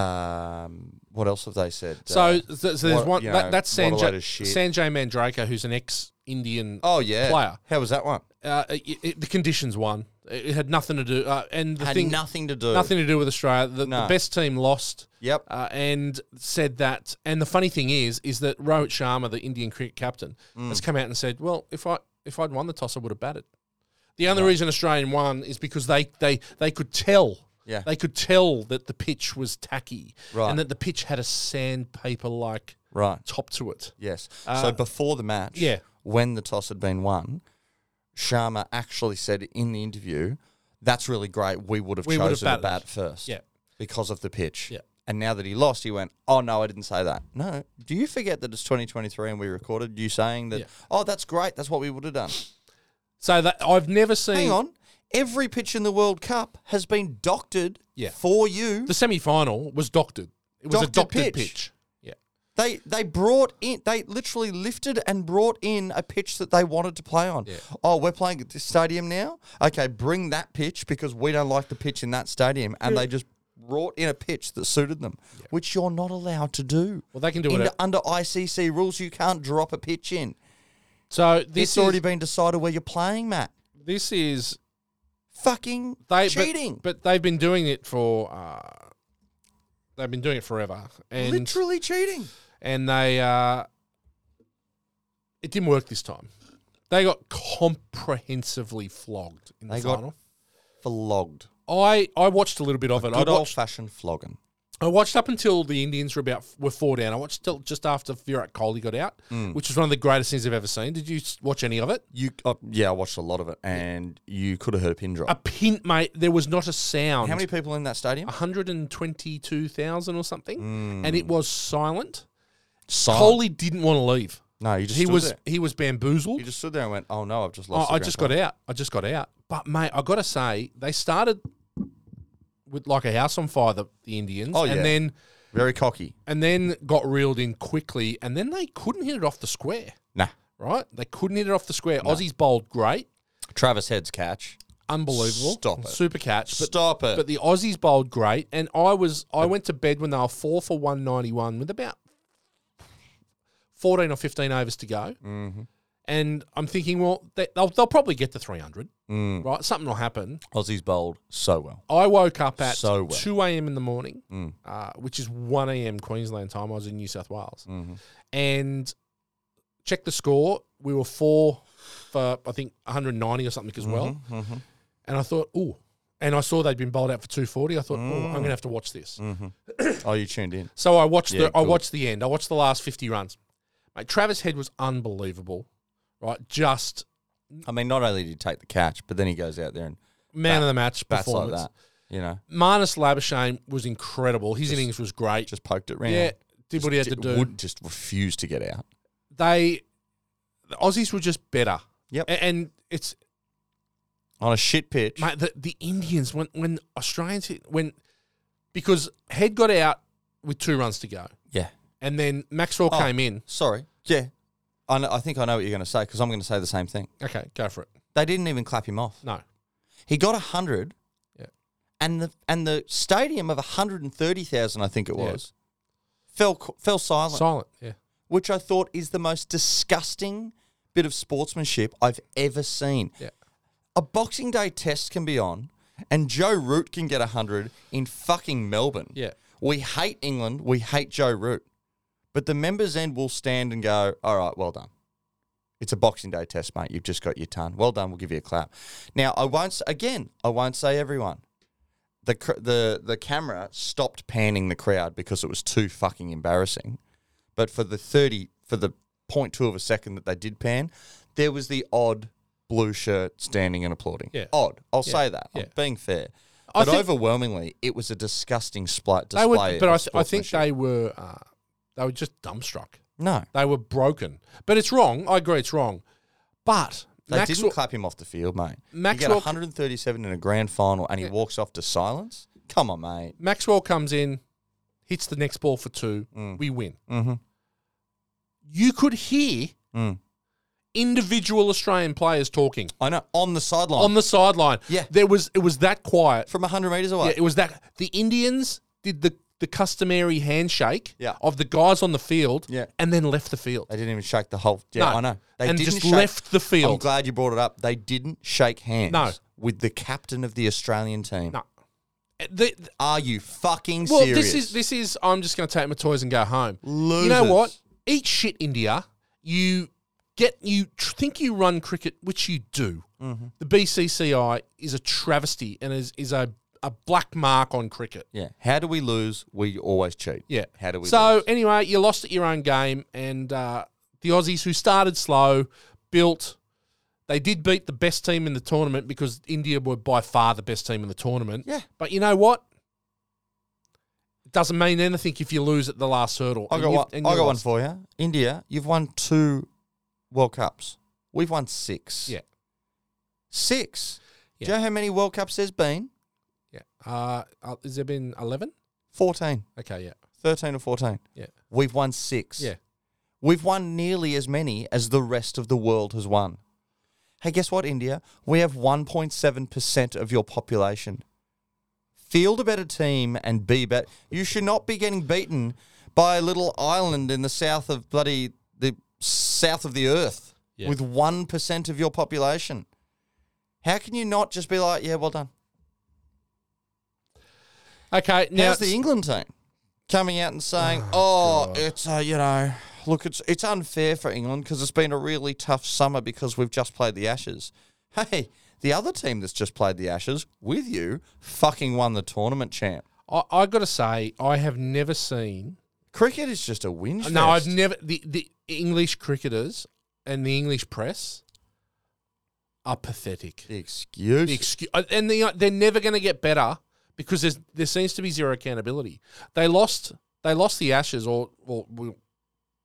[SPEAKER 2] Um, what else have they said?
[SPEAKER 1] so,
[SPEAKER 2] Uh,
[SPEAKER 1] so, so there's
[SPEAKER 2] what-
[SPEAKER 1] one
[SPEAKER 2] you know,
[SPEAKER 1] that, that's
[SPEAKER 2] what a load
[SPEAKER 1] Sanjay
[SPEAKER 2] of shit.
[SPEAKER 1] Sanjay Mandraker, who's an ex-Indian.
[SPEAKER 2] oh, yeah.
[SPEAKER 1] player.
[SPEAKER 2] How was that one?
[SPEAKER 1] Uh, it, it- the conditions won. It, it had nothing to do, uh, and the
[SPEAKER 2] Had
[SPEAKER 1] thing
[SPEAKER 2] nothing to do.
[SPEAKER 1] nothing to do with Australia. The, the
[SPEAKER 2] No.
[SPEAKER 1] best team lost.
[SPEAKER 2] Yep.
[SPEAKER 1] uh, and said that. And the funny thing is, is that Rohit Sharma, the Indian cricket captain,
[SPEAKER 2] Mm.
[SPEAKER 1] has come out and said, "Well, if I if I'd won the toss, I would have batted." The only reason Australian won is because they they they could tell.
[SPEAKER 2] Yeah.
[SPEAKER 1] They could tell that the pitch was tacky,
[SPEAKER 2] Right.
[SPEAKER 1] and that the pitch had a sandpaper like
[SPEAKER 2] right.
[SPEAKER 1] top to it.
[SPEAKER 2] Yes. so before the match,
[SPEAKER 1] Uh, yeah.
[SPEAKER 2] when the toss had been won, Sharma actually said in the interview, "That's really great. We would have
[SPEAKER 1] We would have
[SPEAKER 2] chosen to
[SPEAKER 1] batted.
[SPEAKER 2] bat first,
[SPEAKER 1] Yeah.
[SPEAKER 2] because of the pitch."
[SPEAKER 1] Yeah.
[SPEAKER 2] And now that he lost, he went, "Oh no, I didn't say that." No. Do you forget that it's 2023 and we recorded you saying that?
[SPEAKER 1] Yeah.
[SPEAKER 2] Oh, that's great. That's what we would have done.
[SPEAKER 1] So that I've never seen.
[SPEAKER 2] Hang on. Every pitch in the World Cup has been doctored
[SPEAKER 1] Yeah.
[SPEAKER 2] for you.
[SPEAKER 1] The semi final was doctored. It was a
[SPEAKER 2] Doctored
[SPEAKER 1] doctored
[SPEAKER 2] pitch.
[SPEAKER 1] pitch. Yeah.
[SPEAKER 2] They they brought in they literally lifted and brought in a pitch that they wanted to play on. Oh, we're playing at this stadium now. Okay, bring that pitch because we don't like the pitch in that stadium, and they just brought in a pitch that suited them, which you're not allowed to do.
[SPEAKER 1] Well, they can do it.
[SPEAKER 2] Under,
[SPEAKER 1] at-
[SPEAKER 2] under ICC rules, you can't drop a pitch in.
[SPEAKER 1] So
[SPEAKER 2] This
[SPEAKER 1] this
[SPEAKER 2] it's
[SPEAKER 1] is,
[SPEAKER 2] already been decided where you're playing, Matt.
[SPEAKER 1] this is
[SPEAKER 2] Fucking
[SPEAKER 1] they but-
[SPEAKER 2] cheating.
[SPEAKER 1] But, they've been doing it for uh, they've been doing it forever, and
[SPEAKER 2] literally cheating.
[SPEAKER 1] and they uh, it didn't work this time. They got comprehensively flogged in
[SPEAKER 2] They
[SPEAKER 1] the
[SPEAKER 2] got-
[SPEAKER 1] final.
[SPEAKER 2] Flogged.
[SPEAKER 1] I I watched a little bit of it. I
[SPEAKER 2] Good old
[SPEAKER 1] watched
[SPEAKER 2] fashioned flogging.
[SPEAKER 1] I watched up until the Indians were about were four down. I watched till just after Virat Kohli got out,
[SPEAKER 2] Mm.
[SPEAKER 1] which was one of the greatest things I've ever seen. Did you s- watch any of it?
[SPEAKER 2] You uh, yeah, I watched a lot of it, and you could have heard a pin drop.
[SPEAKER 1] A pin, mate. There was not a sound.
[SPEAKER 2] How many people in that stadium?
[SPEAKER 1] 122,000 or something, and it was silent.
[SPEAKER 2] Mm. Silent.
[SPEAKER 1] Coley didn't want to leave.
[SPEAKER 2] No, you just
[SPEAKER 1] he
[SPEAKER 2] stood
[SPEAKER 1] was
[SPEAKER 2] there.
[SPEAKER 1] he was
[SPEAKER 2] You
[SPEAKER 1] bamboozled.
[SPEAKER 2] just stood there and went, "Oh no, I've just
[SPEAKER 1] I,
[SPEAKER 2] lost."
[SPEAKER 1] I just got out. I just got out. But mate, I got to say, they started with like a house on fire. The, the Indians,
[SPEAKER 2] Oh, yeah.
[SPEAKER 1] and then
[SPEAKER 2] very cocky.
[SPEAKER 1] and then got reeled in quickly, and then they couldn't hit it off the square.
[SPEAKER 2] Nah,
[SPEAKER 1] Right, they couldn't hit it off the square. Aussies bowled great,
[SPEAKER 2] Travis Head's catch.
[SPEAKER 1] unbelievable,
[SPEAKER 2] Stop it.
[SPEAKER 1] super catch. But
[SPEAKER 2] Stop it.
[SPEAKER 1] but the Aussies bowled great, and I was I went to bed when they were four for one ninety one with about fourteen or fifteen overs to go,
[SPEAKER 2] Mm. Mm-hmm.
[SPEAKER 1] and I'm thinking, well, they, they'll, they'll probably get to three hundred, right? Something will happen.
[SPEAKER 2] Mm. Aussies bowled so well.
[SPEAKER 1] I woke up at
[SPEAKER 2] So well. Mm.
[SPEAKER 1] two a.m. in the morning, uh, which is one a.m. Queensland time. I was in New South Wales,
[SPEAKER 2] Mm-hmm.
[SPEAKER 1] and checked the score. We were four for I think one hundred ninety or something as well.
[SPEAKER 2] Mm-hmm.
[SPEAKER 1] And I thought, ooh. And I saw they'd been bowled out for 240. I thought,
[SPEAKER 2] Mm.
[SPEAKER 1] oh, I'm going to have to watch this.
[SPEAKER 2] Oh, you tuned in.
[SPEAKER 1] So I watched
[SPEAKER 2] Yeah,
[SPEAKER 1] the I
[SPEAKER 2] good.
[SPEAKER 1] watched the end. I watched the last 50 runs. Mate, Travis Head was unbelievable, right? Just
[SPEAKER 2] I mean, not only did he take the catch, but then he goes out there and
[SPEAKER 1] man of the match
[SPEAKER 2] bats like
[SPEAKER 1] performance.
[SPEAKER 2] that. You know,
[SPEAKER 1] Marnus Labuschagne was incredible. His innings was great.
[SPEAKER 2] just poked it round.
[SPEAKER 1] yeah, did what he had to
[SPEAKER 2] Just
[SPEAKER 1] do.
[SPEAKER 2] Would just refuse to get out.
[SPEAKER 1] They the Aussies were just better.
[SPEAKER 2] Yep.
[SPEAKER 1] A- And it's
[SPEAKER 2] On a shit pitch.
[SPEAKER 1] mate, the, the Indians when when Australians hit, when because Head got out with two runs to go.
[SPEAKER 2] Yeah.
[SPEAKER 1] And then Maxwell
[SPEAKER 2] Oh.
[SPEAKER 1] came in.
[SPEAKER 2] Sorry. Yeah. I, know, I think I know what you're going to say because I'm going to say the same thing.
[SPEAKER 1] Okay, go for it.
[SPEAKER 2] They didn't even clap him off.
[SPEAKER 1] No.
[SPEAKER 2] He got hundred.
[SPEAKER 1] Yeah.
[SPEAKER 2] And the and the stadium of hundred and thirty thousand, I think it
[SPEAKER 1] Yeah.
[SPEAKER 2] was, fell fell silent.
[SPEAKER 1] Silent. Yeah.
[SPEAKER 2] which I thought is the most disgusting bit of sportsmanship I've ever seen.
[SPEAKER 1] Yeah.
[SPEAKER 2] A Boxing Day test can be on. and Joe Root can get 100 in fucking Melbourne.
[SPEAKER 1] Yeah.
[SPEAKER 2] We hate England. We hate Joe Root. But the members' end will stand and go, all right, well done. It's a Boxing Day test, mate. You've just got your ton. Well done. We'll give you a clap. Now, I won't, s- again, I won't say everyone. The, cr- the, the camera stopped panning the crowd because it was too fucking embarrassing. But for the 30, for the 0.2 of a second that they did pan, there was the odd blue shirt standing and applauding.
[SPEAKER 1] Yeah.
[SPEAKER 2] Odd. I'll say that.
[SPEAKER 1] yeah.
[SPEAKER 2] I'm being fair.
[SPEAKER 1] I
[SPEAKER 2] But
[SPEAKER 1] think-
[SPEAKER 2] overwhelmingly, it was a disgusting spli- display.
[SPEAKER 1] They were, but
[SPEAKER 2] of
[SPEAKER 1] I, th- I think
[SPEAKER 2] sportsmanship.
[SPEAKER 1] they were uh, they were just dumbstruck.
[SPEAKER 2] no,
[SPEAKER 1] They were broken. But it's wrong. I agree, it's wrong. But
[SPEAKER 2] they
[SPEAKER 1] Maxwell,
[SPEAKER 2] didn't clap him off the field, mate. you get
[SPEAKER 1] Maxwell-
[SPEAKER 2] 137 in a grand final, and he walks off to silence. Come on, mate.
[SPEAKER 1] Maxwell comes in, hits the next ball for two. We win.
[SPEAKER 2] Mhm.
[SPEAKER 1] You could hear
[SPEAKER 2] Mm.
[SPEAKER 1] individual Australian players talking
[SPEAKER 2] I know on the sideline
[SPEAKER 1] on the sideline.
[SPEAKER 2] Yeah.
[SPEAKER 1] there was it was that quiet.
[SPEAKER 2] from 100 meters
[SPEAKER 1] Yeah,
[SPEAKER 2] away.
[SPEAKER 1] it was that the Indians did the the customary handshake
[SPEAKER 2] Yeah.
[SPEAKER 1] of the guys on the field
[SPEAKER 2] Yeah.
[SPEAKER 1] and then left the field.
[SPEAKER 2] they didn't even shake the whole. Yeah,
[SPEAKER 1] No.
[SPEAKER 2] I know. They
[SPEAKER 1] And
[SPEAKER 2] didn't
[SPEAKER 1] just
[SPEAKER 2] shake-
[SPEAKER 1] left the
[SPEAKER 2] I'm
[SPEAKER 1] field.
[SPEAKER 2] glad you brought it up. They didn't shake hands.
[SPEAKER 1] No.
[SPEAKER 2] with the captain of the Australian team.
[SPEAKER 1] No. Uh, the- the-
[SPEAKER 2] Are you fucking
[SPEAKER 1] well,
[SPEAKER 2] serious?
[SPEAKER 1] this is this is I'm just going to take my toys and go home. You know
[SPEAKER 2] Losers.
[SPEAKER 1] what? Eat shit, India. You get you tr- think you run cricket, which you do.
[SPEAKER 2] Mm-hmm.
[SPEAKER 1] The BCCI is a travesty and is is a a black mark on cricket.
[SPEAKER 2] yeah. How do we lose? We always cheat.
[SPEAKER 1] Yeah.
[SPEAKER 2] How do we?
[SPEAKER 1] So
[SPEAKER 2] lose?
[SPEAKER 1] anyway, you lost at your own game, and uh, the Aussies, who started slow, built. They did beat the best team in the tournament because India were by far the best team in the tournament.
[SPEAKER 2] Yeah.
[SPEAKER 1] But you know what? It doesn't mean anything if you lose at the last hurdle.
[SPEAKER 2] I
[SPEAKER 1] And
[SPEAKER 2] got
[SPEAKER 1] you've-
[SPEAKER 2] one. I
[SPEAKER 1] and you
[SPEAKER 2] got one
[SPEAKER 1] lost.
[SPEAKER 2] for you. India, you've won two World Cups. We've won six.
[SPEAKER 1] Yeah.
[SPEAKER 2] Six. Do
[SPEAKER 1] Yeah.
[SPEAKER 2] you know how many World Cups there's been?
[SPEAKER 1] Yeah. Uh, uh, has there been 11?
[SPEAKER 2] 14.
[SPEAKER 1] Okay, yeah.
[SPEAKER 2] 13 or 14.
[SPEAKER 1] Yeah.
[SPEAKER 2] We've won six.
[SPEAKER 1] Yeah.
[SPEAKER 2] We've won nearly as many as the rest of the world has won. Hey, guess what, India? We have 1.7% of your population. Field a better team and be better. You should not be getting beaten by a little island in the south of bloody the south of the earth
[SPEAKER 1] Yeah.
[SPEAKER 2] with 1% of your population. How can you not just be like, yeah, well done?
[SPEAKER 1] Okay, now.
[SPEAKER 2] How's the England team coming out and saying, "Oh, it's uh, you know, look, it's it's unfair for England because it's been a really tough summer because we've just played the Ashes." Hey, the other team that's just played the Ashes with you fucking won the tournament, champ.
[SPEAKER 1] I, I got to say, I have never seen.
[SPEAKER 2] Cricket is just a win.
[SPEAKER 1] No, I've never. The, the English cricketers and the English press are pathetic.
[SPEAKER 2] the excuse.
[SPEAKER 1] the excuse, and they, they're never going to get better because there's, there seems to be zero accountability. They lost, they lost the Ashes, or or we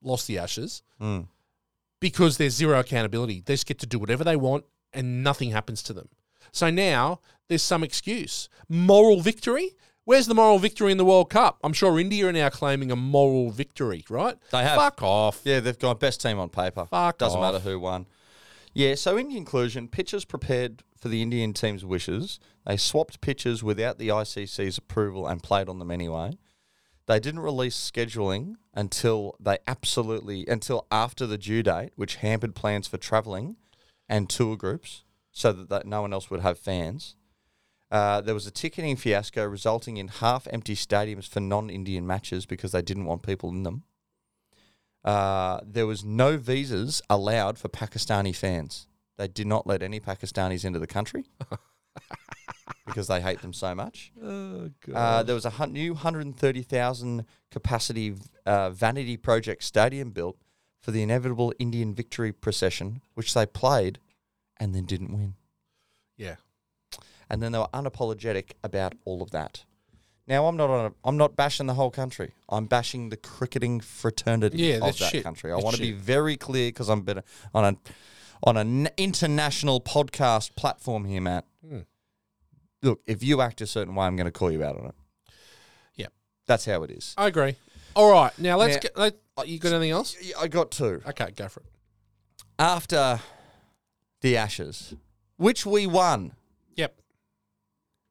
[SPEAKER 1] lost the Ashes
[SPEAKER 2] Mm.
[SPEAKER 1] because there's zero accountability. They just get to do whatever they want, and nothing happens to them. So now there's some excuse. Moral victory. Where's the moral victory in the World Cup? I'm sure India are now claiming a moral victory, right?
[SPEAKER 2] They have.
[SPEAKER 1] Fuck off.
[SPEAKER 2] Yeah, they've got best team on paper.
[SPEAKER 1] Fuck
[SPEAKER 2] Doesn't
[SPEAKER 1] off.
[SPEAKER 2] matter who won. Yeah, so in conclusion, pitchers prepared for the Indian team's wishes. They swapped pitches without the ICC's approval and played on them anyway. They didn't release scheduling until they absolutely until after the due date, which hampered plans for travelling and tour groups, so that, that no one else would have fans. Uh, there was a ticketing fiasco resulting in half-empty stadiums for non-Indian matches because they didn't want people in them uh, there was no visas allowed for Pakistani fans. They did not let any Pakistanis into the country because they hate them so much.
[SPEAKER 1] Oh, God.
[SPEAKER 2] Uh, there was a hun- new 130,000 capacity uh, Vanity Project stadium built for the inevitable Indian victory procession, which they played and then didn't win.
[SPEAKER 1] yeah.
[SPEAKER 2] And then they were unapologetic about all of that. Now I'm not on a, I'm not bashing the whole country. I'm bashing the cricketing fraternity
[SPEAKER 1] Yeah,
[SPEAKER 2] of
[SPEAKER 1] that's
[SPEAKER 2] that
[SPEAKER 1] shit.
[SPEAKER 2] country. I
[SPEAKER 1] That's
[SPEAKER 2] want to be
[SPEAKER 1] shit.
[SPEAKER 2] very clear because I'm been on an on an international podcast platform here, Matt.
[SPEAKER 1] Hmm.
[SPEAKER 2] Look, if you act a certain way, I'm going to call you out on it.
[SPEAKER 1] Yeah.
[SPEAKER 2] That's how it is.
[SPEAKER 1] I agree. All right, now let's
[SPEAKER 2] Now-
[SPEAKER 1] get. Let, oh, you got anything else?
[SPEAKER 2] Yeah, I got two
[SPEAKER 1] Okay, go for it.
[SPEAKER 2] after the Ashes, which we won.
[SPEAKER 1] Yep.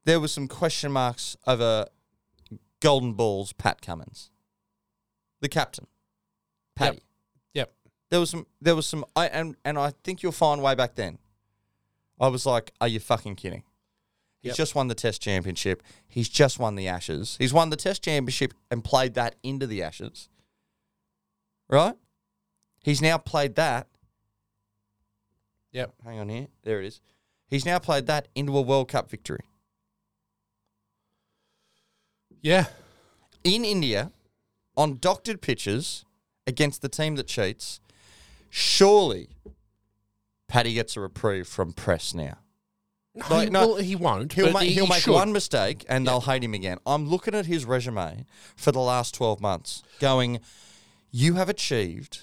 [SPEAKER 2] There were some question marks over Golden Balls Pat Cummins, the captain, Patty.
[SPEAKER 1] Yep.
[SPEAKER 2] there was some there was some I and and I think you'll find way back then. I was like, are you fucking kidding? He's
[SPEAKER 1] Yep.
[SPEAKER 2] just won the Test Championship. He's just won the Ashes. He's won the Test Championship and played that into the Ashes. Right? He's now played that.
[SPEAKER 1] Yep.
[SPEAKER 2] Hang on here. There it is. He's now played that into a World Cup victory
[SPEAKER 1] Yeah.
[SPEAKER 2] in India on doctored pitches against the team that cheats. Surely, Paddy gets a reprieve from press now.
[SPEAKER 1] No,
[SPEAKER 2] Like,
[SPEAKER 1] he,
[SPEAKER 2] no,
[SPEAKER 1] well, he won't.
[SPEAKER 2] He'll
[SPEAKER 1] but
[SPEAKER 2] make,
[SPEAKER 1] he
[SPEAKER 2] he'll make
[SPEAKER 1] should.
[SPEAKER 2] one mistake and they'll hate him again. I'm looking at his resume for the last 12 months going, you have achieved.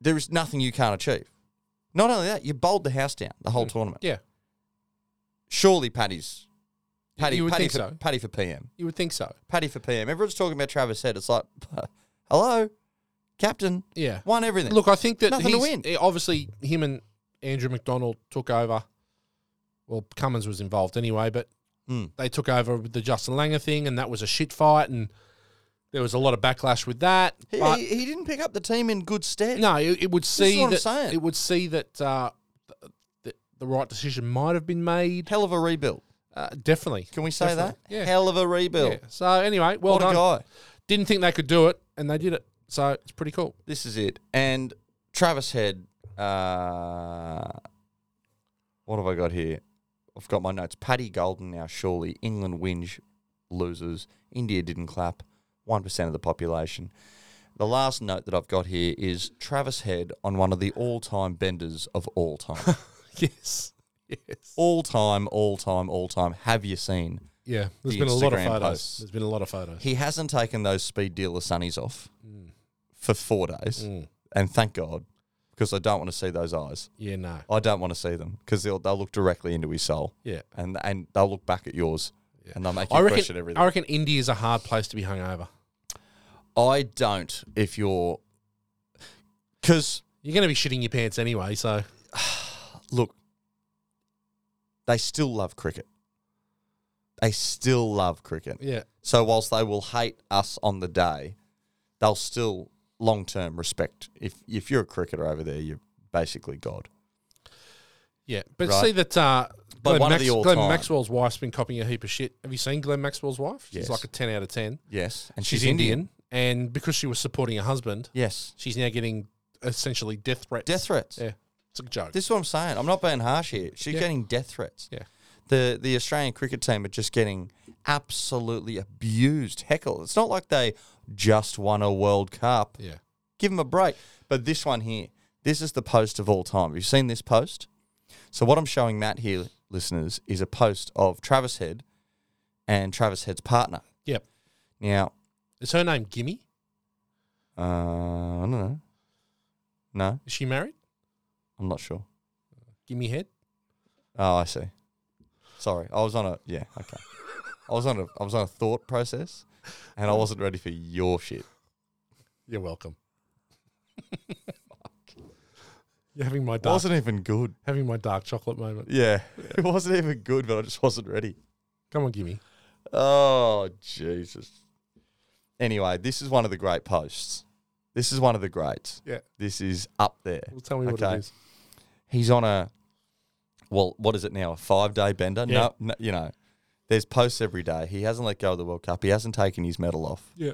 [SPEAKER 2] There is nothing you can't achieve. Not only that, you bowled the house down the whole tournament.
[SPEAKER 1] Yeah.
[SPEAKER 2] Surely Paddy's. Paddy,
[SPEAKER 1] you would
[SPEAKER 2] Paddy,
[SPEAKER 1] think
[SPEAKER 2] for,
[SPEAKER 1] so.
[SPEAKER 2] Paddy for PM.
[SPEAKER 1] You would think so.
[SPEAKER 2] Paddy for PM. Everyone's talking about Travis Head. It's like, hello, captain.
[SPEAKER 1] Yeah.
[SPEAKER 2] Won everything.
[SPEAKER 1] Look, I think that
[SPEAKER 2] Nothing to
[SPEAKER 1] he's- eh, obviously him and Andrew McDonald took over. Well, Cummins was involved anyway, but
[SPEAKER 2] Mm.
[SPEAKER 1] they took over with the Justin Langer thing, and that was a shit fight, and there was a lot of backlash with that.
[SPEAKER 2] he,
[SPEAKER 1] but
[SPEAKER 2] he, he didn't pick up the team in good stead.
[SPEAKER 1] no, it, it would see
[SPEAKER 2] what I'm
[SPEAKER 1] that
[SPEAKER 2] saying.
[SPEAKER 1] it would see that uh, th- th- the right decision might have been made.
[SPEAKER 2] Hell of a rebuild.
[SPEAKER 1] Uh, definitely,
[SPEAKER 2] Can we say
[SPEAKER 1] Definitely.
[SPEAKER 2] that?
[SPEAKER 1] Yeah.
[SPEAKER 2] Hell of a rebuild.
[SPEAKER 1] yeah. So anyway, well
[SPEAKER 2] what a
[SPEAKER 1] done.
[SPEAKER 2] guy.
[SPEAKER 1] Didn't think they could do it, and they did it. So it's pretty cool.
[SPEAKER 2] This is it. And Travis Head, uh, what have I got here? I've got my notes. Paddy Golden now, surely. England whinge, losers. India didn't clap. 1% of the population. The last note that I've got here is Travis Head on one of the all time benders of all time.
[SPEAKER 1] Yes, yes.
[SPEAKER 2] all time, all time, all time. Have you seen?
[SPEAKER 1] Yeah, there's
[SPEAKER 2] The
[SPEAKER 1] been a lot of
[SPEAKER 2] Instagram
[SPEAKER 1] photos.
[SPEAKER 2] posts.
[SPEAKER 1] There's been a lot of photos.
[SPEAKER 2] He hasn't taken those speed dealer sunnies off for four days.
[SPEAKER 1] Mm.
[SPEAKER 2] And thank God, because I don't want to see those eyes.
[SPEAKER 1] Yeah, no.
[SPEAKER 2] I don't want to see them because they'll they'll look directly into his soul,
[SPEAKER 1] Yeah.
[SPEAKER 2] and and they'll look back at yours, and they'll make you
[SPEAKER 1] I
[SPEAKER 2] question
[SPEAKER 1] reckon,
[SPEAKER 2] everything.
[SPEAKER 1] I reckon India is a hard place to be hungover.
[SPEAKER 2] I don't if you're, because
[SPEAKER 1] You're going to be shitting your pants anyway, so
[SPEAKER 2] look, they still love cricket. They still love cricket.
[SPEAKER 1] yeah.
[SPEAKER 2] So whilst they will hate us on the day, they'll still long term respect. If if you're a cricketer over there, you're basically god.
[SPEAKER 1] Yeah. But
[SPEAKER 2] Right.
[SPEAKER 1] see that uh,
[SPEAKER 2] But
[SPEAKER 1] Glenn,
[SPEAKER 2] one of
[SPEAKER 1] Max-
[SPEAKER 2] the all
[SPEAKER 1] Glenn
[SPEAKER 2] time.
[SPEAKER 1] Maxwell's wife's been copying a heap of shit. Have you seen Glenn Maxwell's wife?
[SPEAKER 2] Yes.
[SPEAKER 1] She's like a 10 out of 10.
[SPEAKER 2] Yes, and
[SPEAKER 1] She's Indian. And because she was supporting her husband,
[SPEAKER 2] Yes,
[SPEAKER 1] she's now getting essentially death threats.
[SPEAKER 2] death threats.
[SPEAKER 1] Yeah. It's a joke.
[SPEAKER 2] This is what I'm saying. I'm not being harsh here. She's getting death threats.
[SPEAKER 1] Yeah.
[SPEAKER 2] The the Australian cricket team are just getting absolutely abused. Heckle. It's not like they just won a World Cup.
[SPEAKER 1] yeah.
[SPEAKER 2] Give them a break. But this one here, this is the post of all time. Have you seen this post? So what I'm showing Matt here, listeners, is a post of Travis Head and Travis Head's partner.
[SPEAKER 1] Yep.
[SPEAKER 2] Now,
[SPEAKER 1] Is her name Gimme?
[SPEAKER 2] uh, I don't know. No,
[SPEAKER 1] Is she married?
[SPEAKER 2] I'm not sure.
[SPEAKER 1] Gimme Head?
[SPEAKER 2] Oh, I see. Sorry, I was on a yeah. Okay, I was on a I was on a thought process, and I wasn't ready for your shit.
[SPEAKER 1] You're welcome. You're having my
[SPEAKER 2] It
[SPEAKER 1] dark,
[SPEAKER 2] wasn't even good.
[SPEAKER 1] having my dark chocolate moment.
[SPEAKER 2] Yeah, it wasn't even good, but I just wasn't ready.
[SPEAKER 1] Come on, Gimme.
[SPEAKER 2] Oh Jesus. Anyway, this is one of the great posts. This is one of the greats.
[SPEAKER 1] Yeah.
[SPEAKER 2] This is up there.
[SPEAKER 1] Well, tell me what
[SPEAKER 2] Okay.
[SPEAKER 1] it is.
[SPEAKER 2] He's on a well, what is it now? A five day bender?
[SPEAKER 1] Yeah.
[SPEAKER 2] No, no, you know, there's posts every day. He hasn't let go of the World Cup. He hasn't taken his medal off.
[SPEAKER 1] Yeah.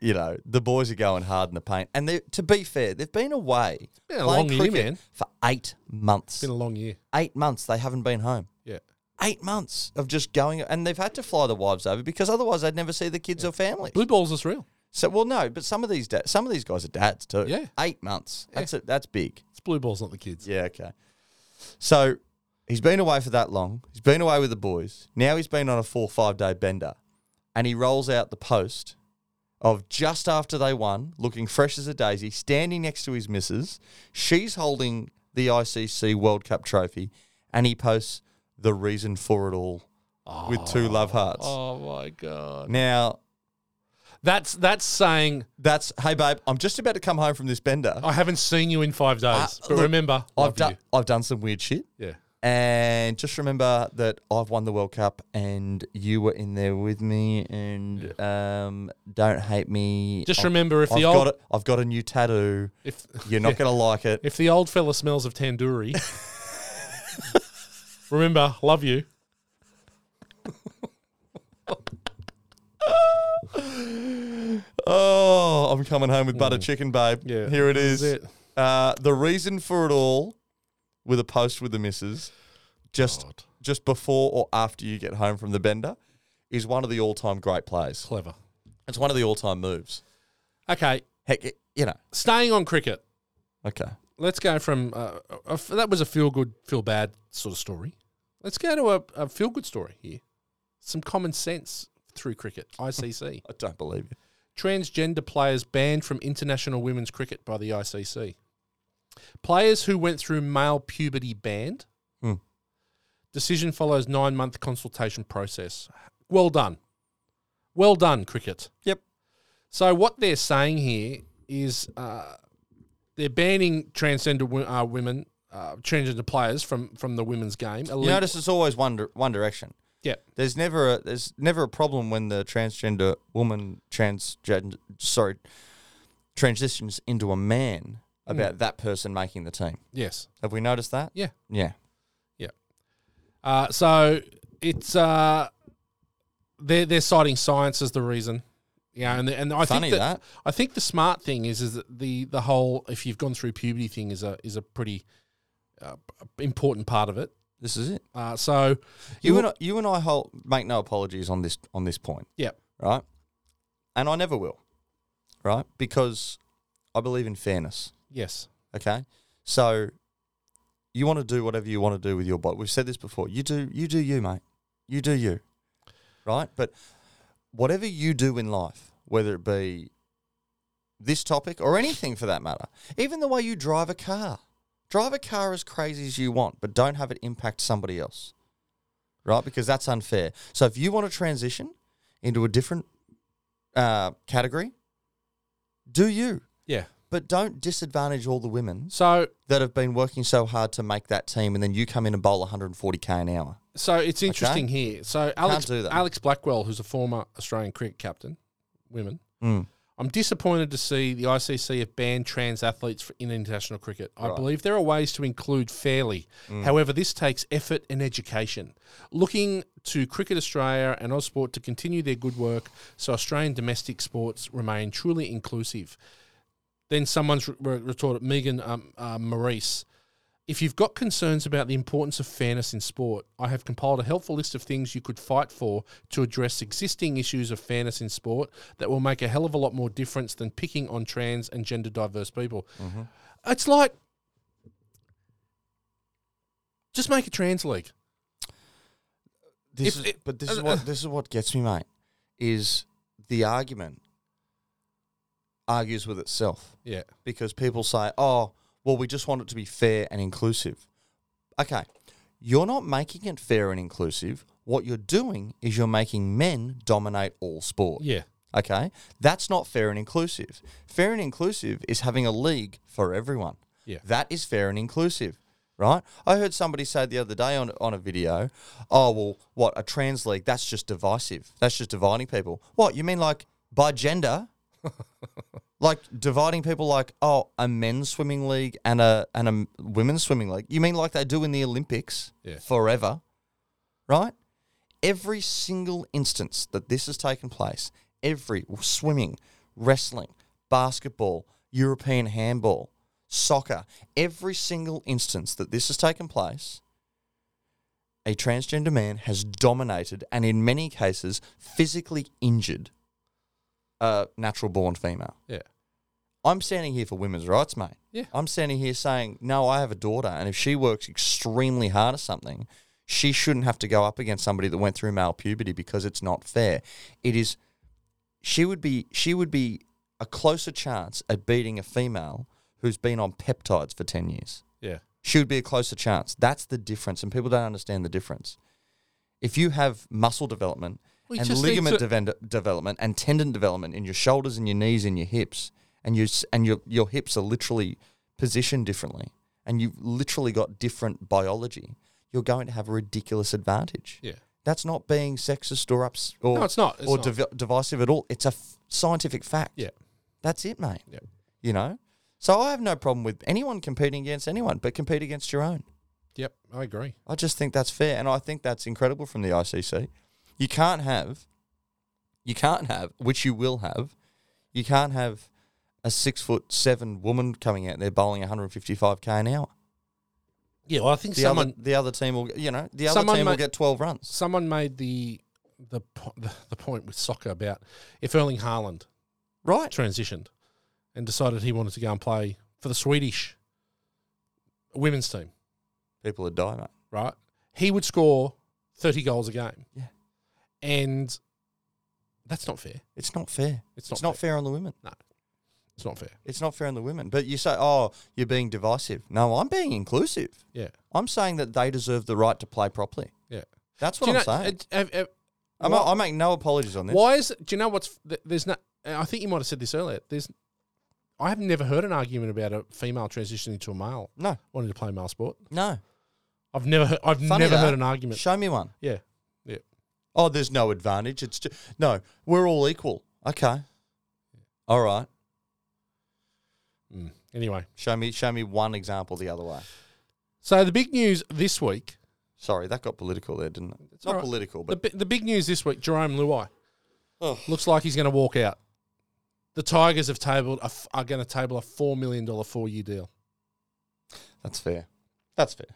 [SPEAKER 2] you know, the boys are going hard in the paint. And they, to be fair, they've been away
[SPEAKER 1] been a
[SPEAKER 2] playing
[SPEAKER 1] long year,
[SPEAKER 2] cricket
[SPEAKER 1] man.
[SPEAKER 2] for eight months.
[SPEAKER 1] Been a long year.
[SPEAKER 2] eight months they haven't been home.
[SPEAKER 1] Yeah.
[SPEAKER 2] Eight months of just going, and they've had to fly the wives over because otherwise they'd never see the kids or family.
[SPEAKER 1] Blue balls is real.
[SPEAKER 2] So, well, no, but some of these da- some of these guys are dads too.
[SPEAKER 1] Yeah.
[SPEAKER 2] eight months. That's a, that's big.
[SPEAKER 1] It's blue balls, not the kids.
[SPEAKER 2] Yeah, okay. So he's been away for that long. He's been away with the boys. Now he's been on a four or five day bender. And he rolls out the post of just after they won, looking fresh as a daisy, standing next to his missus. She's holding the ICC World Cup trophy. And he posts the reason for it all with two love hearts.
[SPEAKER 1] Oh my god.
[SPEAKER 2] Now,
[SPEAKER 1] That's that's saying
[SPEAKER 2] that's, hey, babe, I'm just about to come home from this bender.
[SPEAKER 1] I haven't seen you in five days. but
[SPEAKER 2] Ah, look,
[SPEAKER 1] remember,
[SPEAKER 2] I've,
[SPEAKER 1] Oh, love
[SPEAKER 2] done, I've done some weird shit.
[SPEAKER 1] you. Yeah.
[SPEAKER 2] And just remember that I've won the World Cup and you were in there with me. And um, don't hate me.
[SPEAKER 1] Just
[SPEAKER 2] I've-
[SPEAKER 1] remember if
[SPEAKER 2] I've
[SPEAKER 1] the
[SPEAKER 2] got
[SPEAKER 1] old
[SPEAKER 2] a, I've got a new tattoo.
[SPEAKER 1] if
[SPEAKER 2] You're not going to like it.
[SPEAKER 1] if the old fella smells of tandoori, remember, love you.
[SPEAKER 2] Oh, I'm coming home with butter chicken, babe.
[SPEAKER 1] Mm. Yeah,
[SPEAKER 2] Here it
[SPEAKER 1] this
[SPEAKER 2] is.
[SPEAKER 1] is it.
[SPEAKER 2] Uh, the reason for it all with a post with the missus just
[SPEAKER 1] God.
[SPEAKER 2] just before or after you get home from the bender is one of the all-time great plays.
[SPEAKER 1] Clever.
[SPEAKER 2] It's one of the all-time moves.
[SPEAKER 1] Okay,
[SPEAKER 2] Heck, it- you know.
[SPEAKER 1] staying on cricket.
[SPEAKER 2] Okay.
[SPEAKER 1] Let's go from uh, a f that was a feel good, feel bad sort of story. Let's go to a, a feel good story here. Some common sense through cricket. ICC
[SPEAKER 2] I don't believe you.
[SPEAKER 1] transgender players banned from international women's cricket by the ICC. Players who went through male puberty banned.
[SPEAKER 2] Hmm.
[SPEAKER 1] Decision follows nine month consultation process. Well done. Well done, cricket.
[SPEAKER 2] Yep.
[SPEAKER 1] So what they're saying here is uh, they're banning transgender wo- uh, women, uh, transgender players from from the women's game.
[SPEAKER 2] You notice it's always one dir- one direction.
[SPEAKER 1] yeah,
[SPEAKER 2] There's never a there's never a problem when the transgender woman transgen sorry transitions into a man about that person making the team.
[SPEAKER 1] yes,
[SPEAKER 2] Have we noticed that?
[SPEAKER 1] yeah.
[SPEAKER 2] Hmm. Yeah.
[SPEAKER 1] Uh, so it's uh, they're they're citing science as the reason. Yeah, and and I
[SPEAKER 2] Funny
[SPEAKER 1] think
[SPEAKER 2] that.
[SPEAKER 1] I think the smart thing is is that the the whole if you've gone through puberty thing is a is a pretty uh, important part of it.
[SPEAKER 2] This is it.
[SPEAKER 1] Uh, so
[SPEAKER 2] You and I, you and I hold, make no apologies on this on this point,
[SPEAKER 1] yeah,
[SPEAKER 2] right? And I never will, right? Because I believe in fairness.
[SPEAKER 1] yes,
[SPEAKER 2] Okay, so you want to do whatever you want to do with your body. We've said this before. You do you do you, mate. You do you, right? But whatever you do in life, whether it be this topic or anything for that matter, even the way you drive a car, drive a car as crazy as you want, but don't have it impact somebody else, right? Because that's unfair. So if you want to transition into a different uh, category, do you?
[SPEAKER 1] yeah.
[SPEAKER 2] But don't disadvantage all the women
[SPEAKER 1] So
[SPEAKER 2] that have been working so hard to make that team, and then you come in and bowl 140k an hour.
[SPEAKER 1] So it's interesting here. So Alex
[SPEAKER 2] do that.
[SPEAKER 1] Alex Blackwell, who's a former Australian cricket captain, women.
[SPEAKER 2] Hmm.
[SPEAKER 1] I'm disappointed to see the ICC have banned trans athletes for- in international cricket. I believe there are ways to include fairly.
[SPEAKER 2] Hmm.
[SPEAKER 1] However, this takes effort and education. Looking to Cricket Australia and Ausport to continue their good work so Australian domestic sports remain truly inclusive. Then someone's re- re- retorted, Megan um, uh, Maurice. If you've got concerns about the importance of fairness in sport, I have compiled a helpful list of things you could fight for to address existing issues of fairness in sport that will make a hell of a lot more difference than picking on trans and gender diverse people. It's like just make a trans league.
[SPEAKER 2] This
[SPEAKER 1] If
[SPEAKER 2] is,
[SPEAKER 1] it-
[SPEAKER 2] but this is what this is what gets me, mate. Is the argument argues with itself
[SPEAKER 1] Yeah.
[SPEAKER 2] because people say, "Oh, well, we just want it to be fair and inclusive." Okay, you're not making it fair and inclusive. What you're doing is you're making men dominate all sport.
[SPEAKER 1] Yeah.
[SPEAKER 2] Okay, that's not fair and inclusive. Fair and inclusive is having a league for everyone.
[SPEAKER 1] Yeah.
[SPEAKER 2] that is fair and inclusive, right? I heard somebody say the other day on on a video, "Oh well, what a trans league? That's just divisive. That's just dividing people." What you mean, like by gender? like dividing people like oh a men's swimming league and a and a women's swimming league you mean like they do in the olympics
[SPEAKER 1] Yeah.
[SPEAKER 2] forever right every single instance that this has taken place every swimming wrestling basketball european handball soccer every single instance that this has taken place a transgender man has dominated and in many cases physically injured a natural born female
[SPEAKER 1] Yeah.
[SPEAKER 2] I'm standing here for women's rights, mate.
[SPEAKER 1] Yeah.
[SPEAKER 2] I'm standing here saying, no, I have a daughter, and if she works extremely hard at something, she shouldn't have to go up against somebody that went through male puberty because it's not fair. It is she would be she would be a closer chance at beating a female who's been on peptides for ten years.
[SPEAKER 1] Yeah.
[SPEAKER 2] She would be a closer chance. That's the difference, and people don't understand the difference. If you have muscle development
[SPEAKER 1] Well, you
[SPEAKER 2] and
[SPEAKER 1] just need
[SPEAKER 2] ligament
[SPEAKER 1] to-
[SPEAKER 2] deven- development and tendon development in your shoulders and your knees and your hips, and your s- and your your hips are literally positioned differently, and you've literally got different biology, you're going to have a ridiculous advantage.
[SPEAKER 1] Yeah.
[SPEAKER 2] That's not being sexist or ups or
[SPEAKER 1] No, it's not. It's
[SPEAKER 2] or
[SPEAKER 1] not.
[SPEAKER 2] devi- divisive at all. It's a f- scientific fact.
[SPEAKER 1] Yeah.
[SPEAKER 2] That's it, mate.
[SPEAKER 1] Yeah.
[SPEAKER 2] You know? So I have no problem with anyone competing against anyone, but compete against your own.
[SPEAKER 1] Yep. I agree.
[SPEAKER 2] I just think that's fair. And I think that's incredible from the ICC. You can't have You can't have, which you will have, you can't have a six foot seven woman coming out there bowling 155k an hour.
[SPEAKER 1] Yeah, well, I think
[SPEAKER 2] The
[SPEAKER 1] someone
[SPEAKER 2] other the other team will, you know, the other
[SPEAKER 1] Someone
[SPEAKER 2] team will
[SPEAKER 1] might-
[SPEAKER 2] get 12 runs.
[SPEAKER 1] someone made the the po- the the point with soccer about if Erling Haaland
[SPEAKER 2] Right.
[SPEAKER 1] transitioned and decided he wanted to go and play for the Swedish women's team,
[SPEAKER 2] People would die, mate.
[SPEAKER 1] right? He would score 30 goals a game.
[SPEAKER 2] Yeah.
[SPEAKER 1] And that's not fair.
[SPEAKER 2] It's not fair.
[SPEAKER 1] It's
[SPEAKER 2] It's
[SPEAKER 1] not
[SPEAKER 2] not, fair. on the women.
[SPEAKER 1] It's not fair.
[SPEAKER 2] It's not fair on the women. But you say, oh, you're being divisive. No, I'm being inclusive.
[SPEAKER 1] Yeah.
[SPEAKER 2] I'm saying that they deserve the right to play properly.
[SPEAKER 1] Yeah.
[SPEAKER 2] That's what
[SPEAKER 1] Do you
[SPEAKER 2] I'm
[SPEAKER 1] know-
[SPEAKER 2] saying.
[SPEAKER 1] uh, uh, uh,
[SPEAKER 2] I'm,
[SPEAKER 1] why-
[SPEAKER 2] I make no apologies on this.
[SPEAKER 1] Why is do you know what's th- there's no? I think you might have said this earlier. There's I have never heard an argument about a female transitioning to a male
[SPEAKER 2] No,
[SPEAKER 1] wanting to play male sport.
[SPEAKER 2] no.
[SPEAKER 1] I've never heard, I've
[SPEAKER 2] Funny
[SPEAKER 1] never
[SPEAKER 2] that.
[SPEAKER 1] heard an argument.
[SPEAKER 2] Show me one.
[SPEAKER 1] yeah, yeah.
[SPEAKER 2] Oh, there's no advantage. It's ju- no, we're all equal. Okay. All right.
[SPEAKER 1] Mm. Anyway,
[SPEAKER 2] Show me show me one example the other way.
[SPEAKER 1] so the big news this week,
[SPEAKER 2] Sorry, that got political there, didn't it? It's
[SPEAKER 1] all
[SPEAKER 2] not
[SPEAKER 1] right.
[SPEAKER 2] political,
[SPEAKER 1] the
[SPEAKER 2] but
[SPEAKER 1] bi- the big news this week, Jerome Luai
[SPEAKER 2] Oh.
[SPEAKER 1] looks like he's going to walk out. The Tigers have tabled a f are going to table a four million dollar four year deal.
[SPEAKER 2] that's fair. That's fair.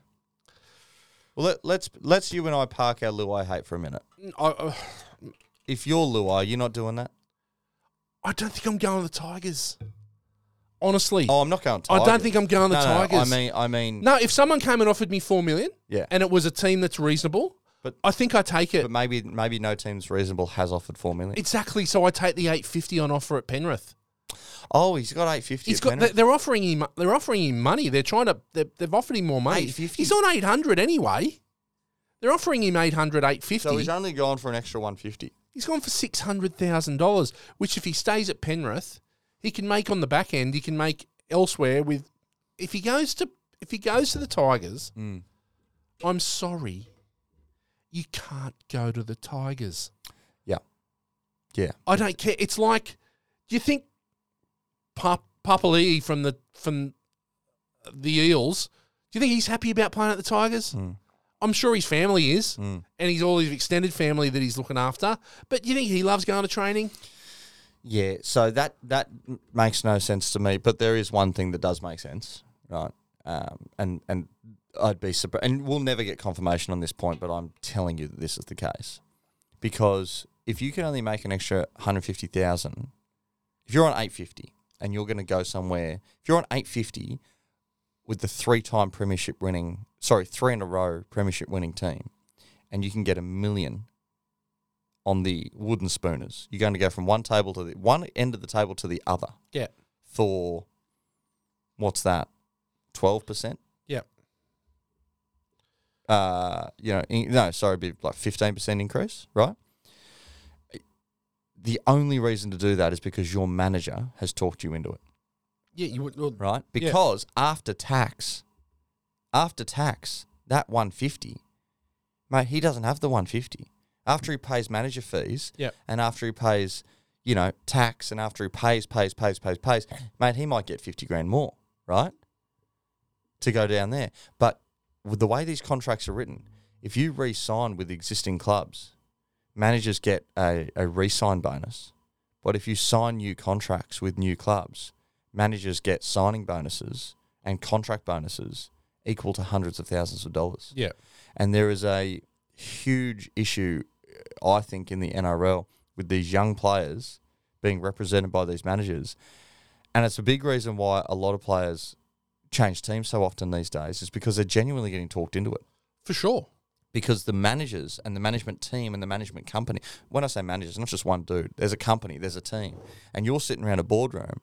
[SPEAKER 2] Well, let, let's let's you and I park our Luai hate for a minute.
[SPEAKER 1] Mm, I, uh,
[SPEAKER 2] If you're Luai, you're not doing that.
[SPEAKER 1] I don't think I'm going to the Tigers. Honestly,
[SPEAKER 2] Oh, I'm not going.
[SPEAKER 1] I
[SPEAKER 2] Tigers.
[SPEAKER 1] don't think I'm going to
[SPEAKER 2] No,
[SPEAKER 1] the
[SPEAKER 2] no, no,
[SPEAKER 1] Tigers.
[SPEAKER 2] I mean, I mean,
[SPEAKER 1] No, if someone came and offered me four million,
[SPEAKER 2] Yeah.
[SPEAKER 1] and it was a team that's reasonable,
[SPEAKER 2] But-
[SPEAKER 1] I think I take it
[SPEAKER 2] but maybe maybe no team's reasonable has offered four million.
[SPEAKER 1] exactly. So I take the eight fifty on offer at Penrith.
[SPEAKER 2] oh, he's got eight fifty.
[SPEAKER 1] He's got they- they're offering him they're offering him money. They're trying to they're, they've offered him more money.
[SPEAKER 2] 850.
[SPEAKER 1] He's on eight hundred anyway. They're offering him 800, 850.
[SPEAKER 2] so he's only gone for an extra one fifty.
[SPEAKER 1] he's gone for six hundred thousand dollars, which if he stays at Penrith, he can make on the back end. He can make elsewhere with. If he goes to if he goes to the Tigers,
[SPEAKER 2] Hmm.
[SPEAKER 1] I'm sorry, you can't go to the Tigers.
[SPEAKER 2] Yeah, yeah.
[SPEAKER 1] I don't care. It's like, do you think Pap- Papali'i from the from the Eels? Do you think he's happy about playing at the Tigers?
[SPEAKER 2] Hmm.
[SPEAKER 1] I'm sure his family is, and he's all his extended family that he's looking after. But you think he loves going to training?
[SPEAKER 2] Yeah, so that that m- makes no sense to me. But there is one thing that does make sense, right? Um, and and I'd be surprised, and we'll never get confirmation on this point, but I'm telling you that this is the case because if you can only make an extra hundred fifty thousand, if you're on eight fifty and you're going to go somewhere, if you're on eight fifty with the three time premiership winning, sorry, three in a row premiership winning team, and you can get a million on the wooden spooners. You're going to go from one table to the one end of the table to the other
[SPEAKER 1] Yeah,
[SPEAKER 2] for what's that? Twelve percent?
[SPEAKER 1] yeah,
[SPEAKER 2] Uh, you know, in, no, sorry, it'd be like fifteen percent increase, right? The only reason to do that is because your manager has talked you into it,
[SPEAKER 1] yeah. You would. Well,
[SPEAKER 2] right?
[SPEAKER 1] Yeah.
[SPEAKER 2] Because after tax, after tax, that one fifty, mate, he doesn't have the one fifty. After he pays manager fees,
[SPEAKER 1] yeah,
[SPEAKER 2] and after he pays, you know, tax, and after he pays, pays, pays, pays, pays, mate, he might get fifty grand more, right? To go down there, but with the way these contracts are written, if you re-sign with existing clubs, managers get a, a re-sign bonus, but if you sign new contracts with new clubs, managers get signing bonuses and contract bonuses equal to hundreds of thousands of dollars
[SPEAKER 1] yeah,
[SPEAKER 2] and there is a huge issue, I think, in the NRL with these young players being represented by these managers, and it's a big reason why a lot of players change teams so often these days is because they're genuinely getting talked into it.
[SPEAKER 1] for sure.
[SPEAKER 2] Because the managers and the management team and the management company, when I say managers, not just one dude, there's a company, there's a team, and you're sitting around a boardroom.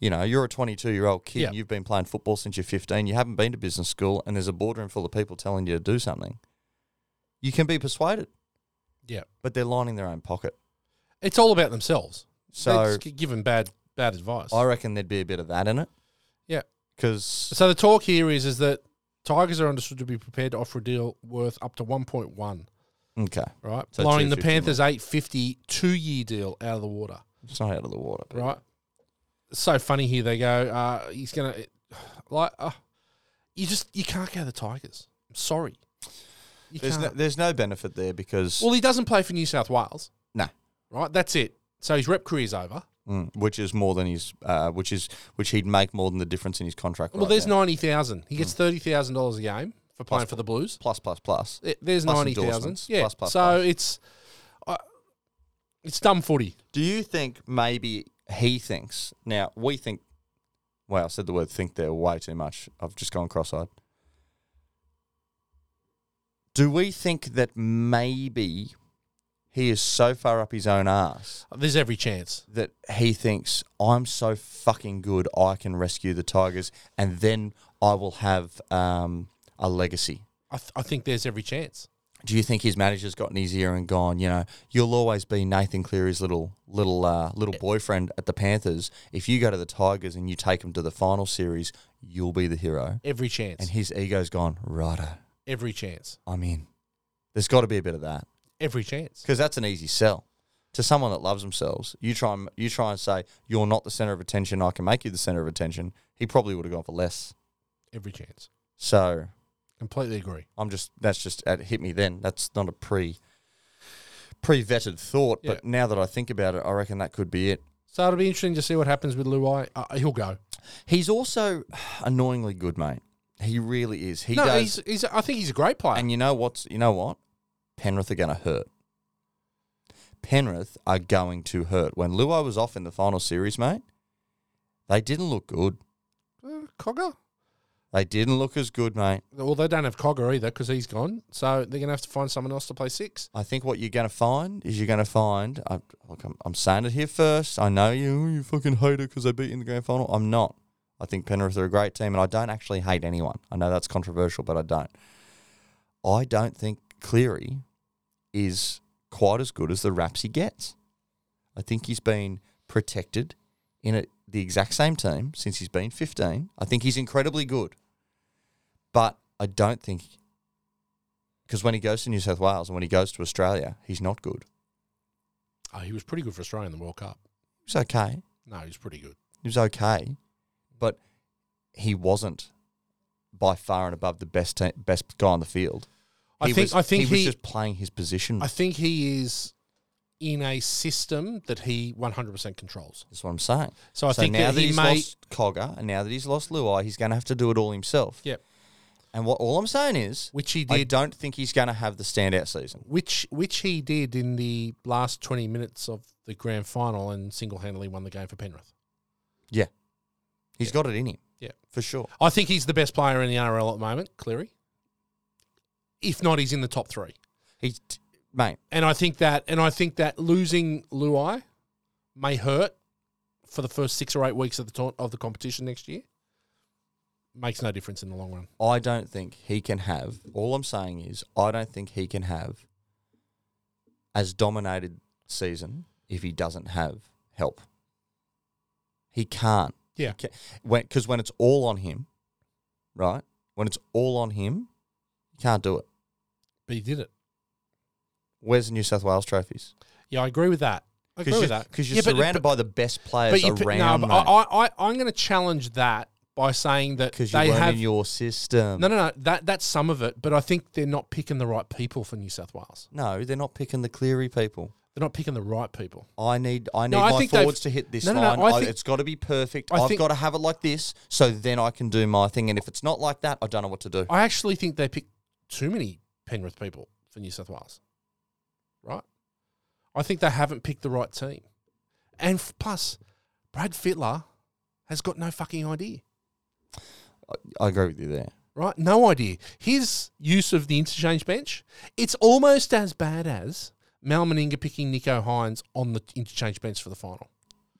[SPEAKER 2] You know, you're a 22 year old kid,
[SPEAKER 1] Yeah.
[SPEAKER 2] you've been playing football since you're 15, you haven't been to business school, and there's a boardroom full of people telling you to do something you can be persuaded,
[SPEAKER 1] Yeah,
[SPEAKER 2] but they're lining their own pocket.
[SPEAKER 1] it's all about themselves.
[SPEAKER 2] So-
[SPEAKER 1] They just give them bad bad advice.
[SPEAKER 2] I reckon there'd be a bit of that in it
[SPEAKER 1] yeah.
[SPEAKER 2] because
[SPEAKER 1] So the talk here is is that Tigers are understood to be prepared to offer a deal worth up to 1.1,
[SPEAKER 2] okay,
[SPEAKER 1] right?
[SPEAKER 2] So
[SPEAKER 1] Blowing the
[SPEAKER 2] 250
[SPEAKER 1] Panthers' 850 two-year deal out of the water,
[SPEAKER 2] it's not out of the water. But
[SPEAKER 1] right? So funny here they go. Uh, he's gonna like uh, you just you can't go to the Tigers. I'm sorry, you
[SPEAKER 2] there's
[SPEAKER 1] can't.
[SPEAKER 2] no, there's no benefit there because
[SPEAKER 1] well, he doesn't play for New South Wales,
[SPEAKER 2] nah,
[SPEAKER 1] right? That's it. So his rep career's over.
[SPEAKER 2] Mm. Which is more than his, uh, which is which he'd make more than the difference in his contract.
[SPEAKER 1] Well,
[SPEAKER 2] right
[SPEAKER 1] there's
[SPEAKER 2] now.
[SPEAKER 1] ninety thousand. He gets thirty thousand dollars a game for playing for the Blues.
[SPEAKER 2] plus plus plus.
[SPEAKER 1] There- There's
[SPEAKER 2] Plus
[SPEAKER 1] ninety thousand.
[SPEAKER 2] endorsements,
[SPEAKER 1] Yeah.
[SPEAKER 2] plus, plus,
[SPEAKER 1] so
[SPEAKER 2] plus.
[SPEAKER 1] it's uh, it's dumb footy.
[SPEAKER 2] Do you think maybe he thinks now? We think. Wow, I said the word "think" there way too much. I've just gone cross-eyed. Do we think that maybe he is so far up his own ass
[SPEAKER 1] There's every chance.
[SPEAKER 2] that he thinks I'm so fucking good I can rescue the Tigers, and then I will have um, a legacy?
[SPEAKER 1] I, th- I think there's every chance.
[SPEAKER 2] Do you think his manager's gotten his ear and gone? You know, you'll always be Nathan Cleary's little little uh, little boyfriend at the Panthers. If you go to the Tigers and you take him to the final series, you'll be the hero.
[SPEAKER 1] Every chance.
[SPEAKER 2] And his ego's gone. Righto,
[SPEAKER 1] every chance.
[SPEAKER 2] I'm in. There's got to be a bit of that
[SPEAKER 1] Every chance.
[SPEAKER 2] because that's an easy sell to someone that loves themselves. You try and you try and say you're not the center of attention. I can make you the center of attention. He probably would have gone for less.
[SPEAKER 1] Every chance.
[SPEAKER 2] So
[SPEAKER 1] Completely agree.
[SPEAKER 2] I'm just that's just it hit me then. That's not a pre pre vetted thought, but now that I think about it, I reckon that could be it.
[SPEAKER 1] So it'll be interesting to see what happens with Luai. Uh, he'll go.
[SPEAKER 2] He's also annoyingly good, mate. He really is. He
[SPEAKER 1] no,
[SPEAKER 2] does,
[SPEAKER 1] he's, he's. I think he's a great player.
[SPEAKER 2] and you know what's you know what? Penrith are going to hurt. Penrith are going to hurt. When Luai was off in the final series, mate, they didn't look good.
[SPEAKER 1] Uh, Cogger.
[SPEAKER 2] They didn't look as good, mate.
[SPEAKER 1] Well, they don't have Cogger either because he's gone. So they're going to have to find someone else to play six.
[SPEAKER 2] I think what you're going to find is you're going to find. I, look, I'm, I'm saying it here first. I know you. You fucking hate it because they beat you in the grand final. I'm not. I think Penrith are a great team, and I don't actually hate anyone. I know that's controversial, but I don't. I don't think Cleary is quite as good as the raps he gets. I think he's been protected in a, the exact same team since he's been 15. I think he's incredibly good, but I don't think because when he goes to New South Wales and when he goes to Australia, he's not good.
[SPEAKER 1] Oh, he was pretty good for Australia in the World Cup.
[SPEAKER 2] He was okay.
[SPEAKER 1] No, he was pretty good.
[SPEAKER 2] He was okay, but he wasn't by far and above the best te- best guy on the field.
[SPEAKER 1] I
[SPEAKER 2] He
[SPEAKER 1] think.
[SPEAKER 2] was-
[SPEAKER 1] I think
[SPEAKER 2] he,
[SPEAKER 1] he.
[SPEAKER 2] was just playing his position.
[SPEAKER 1] I think he is in a system that he 100% controls.
[SPEAKER 2] That's what I'm saying.
[SPEAKER 1] So I
[SPEAKER 2] so
[SPEAKER 1] think
[SPEAKER 2] now
[SPEAKER 1] that,
[SPEAKER 2] that,
[SPEAKER 1] he
[SPEAKER 2] he's
[SPEAKER 1] may.
[SPEAKER 2] lost Cogger and now that he's lost Luai, he's going to have to do it all himself.
[SPEAKER 1] Yep.
[SPEAKER 2] And what all I'm saying is,
[SPEAKER 1] Which he
[SPEAKER 2] I
[SPEAKER 1] did.
[SPEAKER 2] don't think he's going to have the standout season.
[SPEAKER 1] Which which he did in the last 20 minutes of the grand final and single handedly won the game for Penrith.
[SPEAKER 2] Yeah, he's got it in him.
[SPEAKER 1] Yeah.
[SPEAKER 2] for sure.
[SPEAKER 1] I think he's the best player in the NRL at the moment, Cleary. If not, he's in the top three.
[SPEAKER 2] He's mate.
[SPEAKER 1] And I think that and I think that losing Luai may hurt for the first six or eight weeks of the tour- of the competition next year. Makes no difference in the long run.
[SPEAKER 2] I don't think he can have. All I'm saying is, I don't think he can have as dominated season if he doesn't have help. He can't.
[SPEAKER 1] Yeah.
[SPEAKER 2] Because when, 'cause when it's all on him, right? When it's all on him, you can't do it.
[SPEAKER 1] But he did it.
[SPEAKER 2] Where's the New South Wales trophies?
[SPEAKER 1] Yeah, I agree with that. I agree
[SPEAKER 2] Because
[SPEAKER 1] with
[SPEAKER 2] you're,
[SPEAKER 1] that.
[SPEAKER 2] 'cause you're
[SPEAKER 1] Yeah, but-
[SPEAKER 2] surrounded by the best
[SPEAKER 1] but
[SPEAKER 2] players
[SPEAKER 1] you- but-
[SPEAKER 2] around.
[SPEAKER 1] No, but I, I, I'm going to challenge that by saying that
[SPEAKER 2] because
[SPEAKER 1] they
[SPEAKER 2] you weren't
[SPEAKER 1] have
[SPEAKER 2] in your system.
[SPEAKER 1] no, no, no. That that's some of it, but I think they're not picking the right people for New South Wales.
[SPEAKER 2] no, they're not picking the Cleary people.
[SPEAKER 1] They're not picking the right people.
[SPEAKER 2] I need I need
[SPEAKER 1] No, I
[SPEAKER 2] my
[SPEAKER 1] think they've-
[SPEAKER 2] forwards to hit this
[SPEAKER 1] No, no, no,
[SPEAKER 2] line.
[SPEAKER 1] I
[SPEAKER 2] I
[SPEAKER 1] think-
[SPEAKER 2] it's got to be perfect.
[SPEAKER 1] I
[SPEAKER 2] I've
[SPEAKER 1] think-
[SPEAKER 2] got to have it like this, so then I can do my thing. And if it's not like that, I don't know what to do.
[SPEAKER 1] I actually think they picked too many Penrith people for New South Wales. Right? I think they haven't picked the right team. And f- plus, Brad Fittler has got no fucking idea.
[SPEAKER 2] I, I agree with you there.
[SPEAKER 1] Right? No idea. His use of the interchange bench, it's almost as bad as Mal Meninga picking Nico Hines on the interchange bench for the final.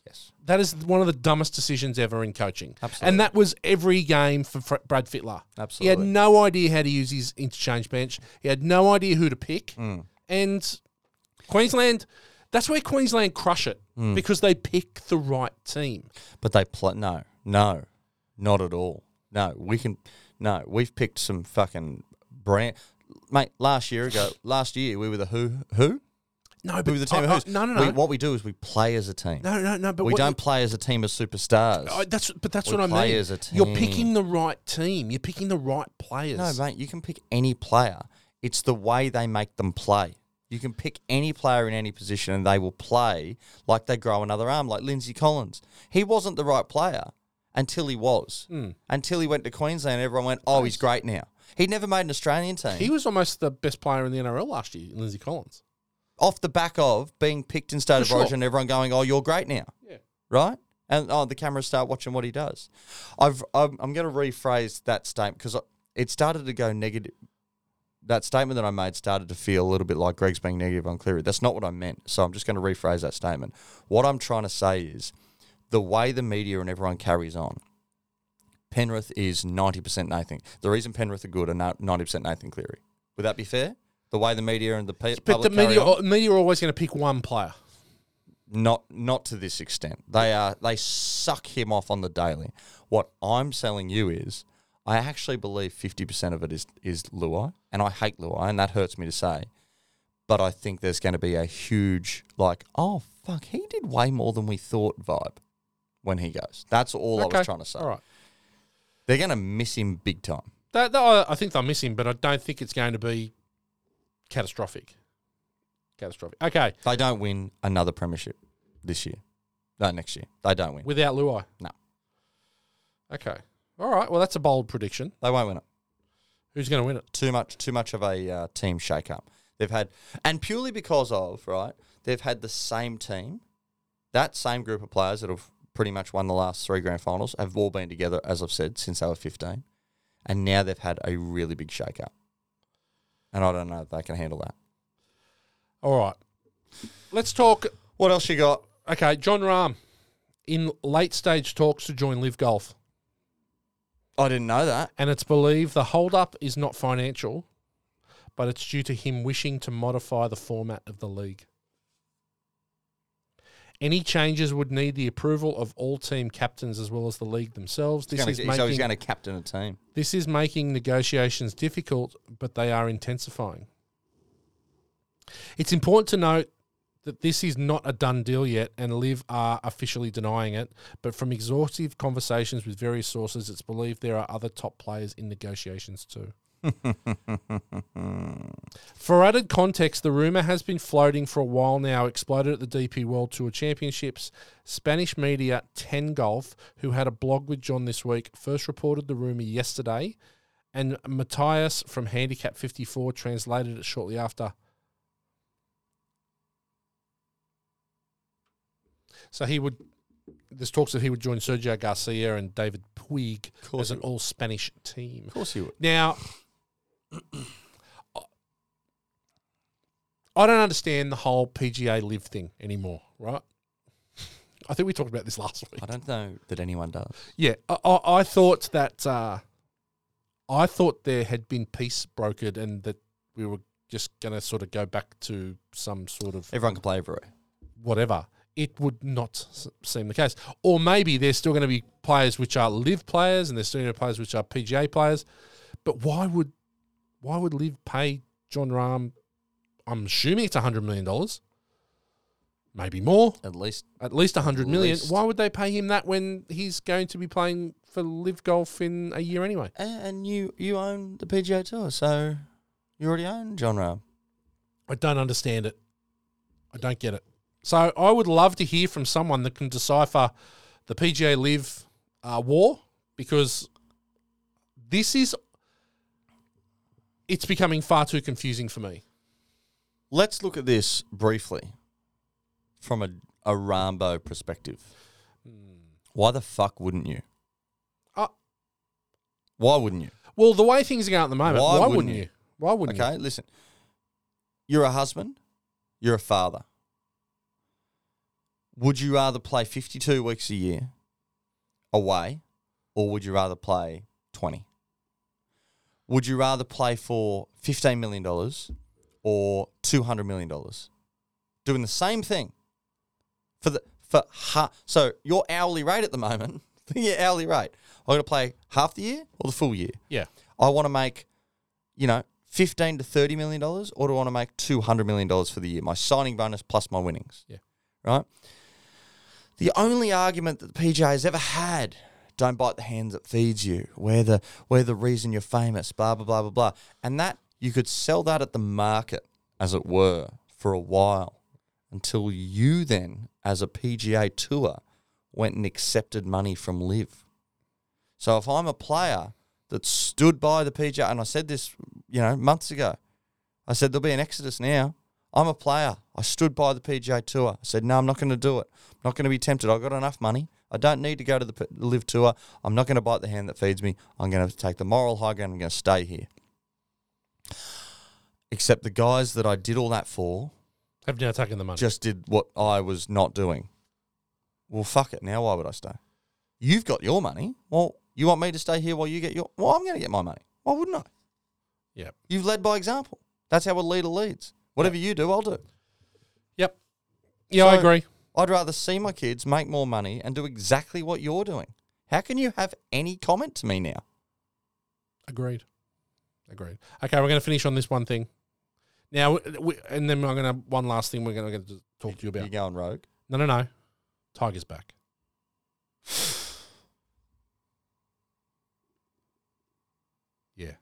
[SPEAKER 2] Yes,
[SPEAKER 1] That is one of the dumbest decisions ever in coaching.
[SPEAKER 2] Absolutely.
[SPEAKER 1] And that was every game for Fr- Brad Fittler. He
[SPEAKER 2] Absolutely.
[SPEAKER 1] had no idea how to use his interchange bench. He had no idea who to pick.
[SPEAKER 2] Mm.
[SPEAKER 1] And Queensland, that's where Queensland crush it
[SPEAKER 2] Mm.
[SPEAKER 1] because they pick the right team.
[SPEAKER 2] but they play. No, no, not at all. No, we can. No, we've picked some fucking brand. Mate, last year ago, last year we were the who who
[SPEAKER 1] No,
[SPEAKER 2] we
[SPEAKER 1] but
[SPEAKER 2] were the team.
[SPEAKER 1] I-
[SPEAKER 2] of
[SPEAKER 1] I-
[SPEAKER 2] who's.
[SPEAKER 1] Uh, no, no, no,
[SPEAKER 2] We, what we do is we play as a team.
[SPEAKER 1] no, no, no. But
[SPEAKER 2] we
[SPEAKER 1] what-
[SPEAKER 2] don't play as a team of superstars.
[SPEAKER 1] I- that's but that's
[SPEAKER 2] We
[SPEAKER 1] what I
[SPEAKER 2] play
[SPEAKER 1] mean.
[SPEAKER 2] as a
[SPEAKER 1] You're
[SPEAKER 2] team.
[SPEAKER 1] picking the right team. You're picking the right players.
[SPEAKER 2] No, mate, you can pick any player. It's the way they make them play. You can pick any player in any position and they will play like they grow another arm, like Lindsay Collins. He wasn't the right player until he was.
[SPEAKER 1] Hmm.
[SPEAKER 2] Until he went to Queensland, everyone went, oh, he's great now. He never made an Australian team
[SPEAKER 1] He was almost the best player in the NRL last year, Lindsay Collins.
[SPEAKER 2] off the back of being picked in state of
[SPEAKER 1] sure.
[SPEAKER 2] origin, everyone going, "Oh, you're great now,"
[SPEAKER 1] Yeah.
[SPEAKER 2] right? And oh, the cameras start watching what he does. I've I'm, I'm going to rephrase that statement because it started to go negative. That statement that I made started to feel a little bit like Greg's being negative on Cleary. That's not what I meant. So I'm just going to rephrase that statement. What I'm trying to say is the way the media and everyone carries on. Penrith is 90% Nathan. The reason Penrith are good are no- 90% Nathan Cleary. Would that be fair? The way the media and the pe-
[SPEAKER 1] But
[SPEAKER 2] public
[SPEAKER 1] the
[SPEAKER 2] carry
[SPEAKER 1] media,
[SPEAKER 2] on?
[SPEAKER 1] media are always going to pick one player.
[SPEAKER 2] not not to this extent. They are they suck him off on the daily. What I'm selling you is I actually believe 50% of it is is Luai, and I hate Luai, and that hurts me to say. But I think there's going to be a huge like, oh fuck, he did way more than we thought vibe when he goes. That's all I
[SPEAKER 1] Okay,
[SPEAKER 2] was trying to say.
[SPEAKER 1] All right.
[SPEAKER 2] They're going to miss him big time.
[SPEAKER 1] That, that- I- I think they'll miss him, but I don't think it's going to be catastrophic. Catastrophic. Okay.
[SPEAKER 2] They don't win another premiership this year. No, next year. They don't win.
[SPEAKER 1] Without Luai?
[SPEAKER 2] No.
[SPEAKER 1] Okay. All right. Well, that's a bold prediction.
[SPEAKER 2] They won't win it.
[SPEAKER 1] Who's going to win it?
[SPEAKER 2] too much too much of a uh, team shake-up. They've had and purely because of right, they've had the same team, that same group of players that have pretty much won the last three grand finals have all been together, as I've said, since they were fifteen, and now they've had a really big shake-up. And I don't know if they can handle that.
[SPEAKER 1] All right. Let's talk.
[SPEAKER 2] What else you got?
[SPEAKER 1] Okay. John Rahm in late stage talks to join Live Golf.
[SPEAKER 2] I didn't know that.
[SPEAKER 1] And it's believed the holdup is not financial, but it's due to him wishing to modify the format of the league. Any changes would need the approval of all team captains as well as the league themselves. This
[SPEAKER 2] Gonna-
[SPEAKER 1] is
[SPEAKER 2] so he's
[SPEAKER 1] making
[SPEAKER 2] going to captain a team.
[SPEAKER 1] this is making negotiations difficult, but they are intensifying. It's important to note that this is not a done deal yet, and Liv are officially denying it. But from exhaustive conversations with various sources, it's believed there are other top players in negotiations too. for added context, the rumor has been floating for a while now, exploded at the DP World Tour Championships. Spanish media 10 Golf, who had a blog with John this week, first reported the rumor yesterday, and Matthias from Handicap 54 translated it shortly after. So he would. There's talks that he would join Sergio Garcia and David Puig
[SPEAKER 2] course
[SPEAKER 1] as an all Spanish team.
[SPEAKER 2] Of course he would.
[SPEAKER 1] Now, I don't understand the whole PGA live thing anymore, right? I think we talked about this last week.
[SPEAKER 2] I don't know that anyone does.
[SPEAKER 1] Yeah, I, I, I thought that uh, I thought there had been peace brokered and that we were just going to sort of go back to some sort of
[SPEAKER 2] Everyone can play everywhere.
[SPEAKER 1] whatever, it would not s- seem the case. Or maybe there's still going to be players which are live players, and there's still going to be players which are PGA players. But why would why would live pay John Rahm? I'm assuming it's hundred million dollars, maybe more,
[SPEAKER 2] At least
[SPEAKER 1] at least hundred million.
[SPEAKER 2] least.
[SPEAKER 1] Why would they pay him that when he's going to be playing for live golf in a year anyway?
[SPEAKER 2] and you you own the PGA Tour, so you already own John Rahm.
[SPEAKER 1] I don't understand it. I don't get it. So I would love to hear from someone that can decipher the PGA Live uh, war because this is it's becoming far too confusing for me.
[SPEAKER 2] Let's look at this briefly from a, a Rambo perspective. Why the fuck wouldn't you?
[SPEAKER 1] Uh,
[SPEAKER 2] Why wouldn't you?
[SPEAKER 1] well, the way things are going at the moment,
[SPEAKER 2] Why
[SPEAKER 1] why,
[SPEAKER 2] wouldn't
[SPEAKER 1] wouldn't,
[SPEAKER 2] you?
[SPEAKER 1] you? Why wouldn't you?
[SPEAKER 2] Okay, listen. You're a husband, you're a father. Would you rather play 52 weeks a year away, or would you rather play 20? Would you rather play for $15 million or $200 million? Doing the same thing for the for ha- so your hourly rate at the moment, your hourly rate. I'm going to play half the year or the full year.
[SPEAKER 1] Yeah.
[SPEAKER 2] I want to make, you know, fifteen to thirty million dollars, or do I want to make two hundred million dollars for the year? My signing bonus plus my winnings.
[SPEAKER 1] Yeah.
[SPEAKER 2] Right. The only argument that the PJ has ever had, don't bite the hand that feeds you. We're the we're the reason you're famous. Blah blah blah blah blah. And that you could sell that at the market, as it were, for a while until you then, as a PGA Tour, went and accepted money from Live. So if I'm a player that stood by the PGA, and I said this, you know, months ago, I said there'll be an exodus now. I'm a player. I stood by the PGA Tour. I said no, I'm not going to do it. I'm not going to be tempted. I've got enough money. I don't need to go to the P- Live Tour. I'm not going to bite the hand that feeds me. I'm going to take the moral high ground. I'm going to stay here. Except the guys that I did all that for
[SPEAKER 1] Have now taken the money.
[SPEAKER 2] just did what I was not doing. Well, fuck it. Now why would I stay? You've got your money. Well, you want me to stay here while you get your. Well, I'm going to get my money. Why wouldn't I?
[SPEAKER 1] yep.
[SPEAKER 2] You've led by example. That's how a leader leads. Whatever you do, I'll do.
[SPEAKER 1] Yep. Yeah, I
[SPEAKER 2] So-
[SPEAKER 1] agree.
[SPEAKER 2] I'd rather see my kids make more money and do exactly what you're doing. How can you have any comment to me now?
[SPEAKER 1] Agreed. Agreed. Okay, we're going to finish on this one thing. Now, w- w and then I'm going to one last thing we're going to talk to you
[SPEAKER 2] You're
[SPEAKER 1] about.
[SPEAKER 2] going rogue.
[SPEAKER 1] No, no, no. Tiger's back. Yeah,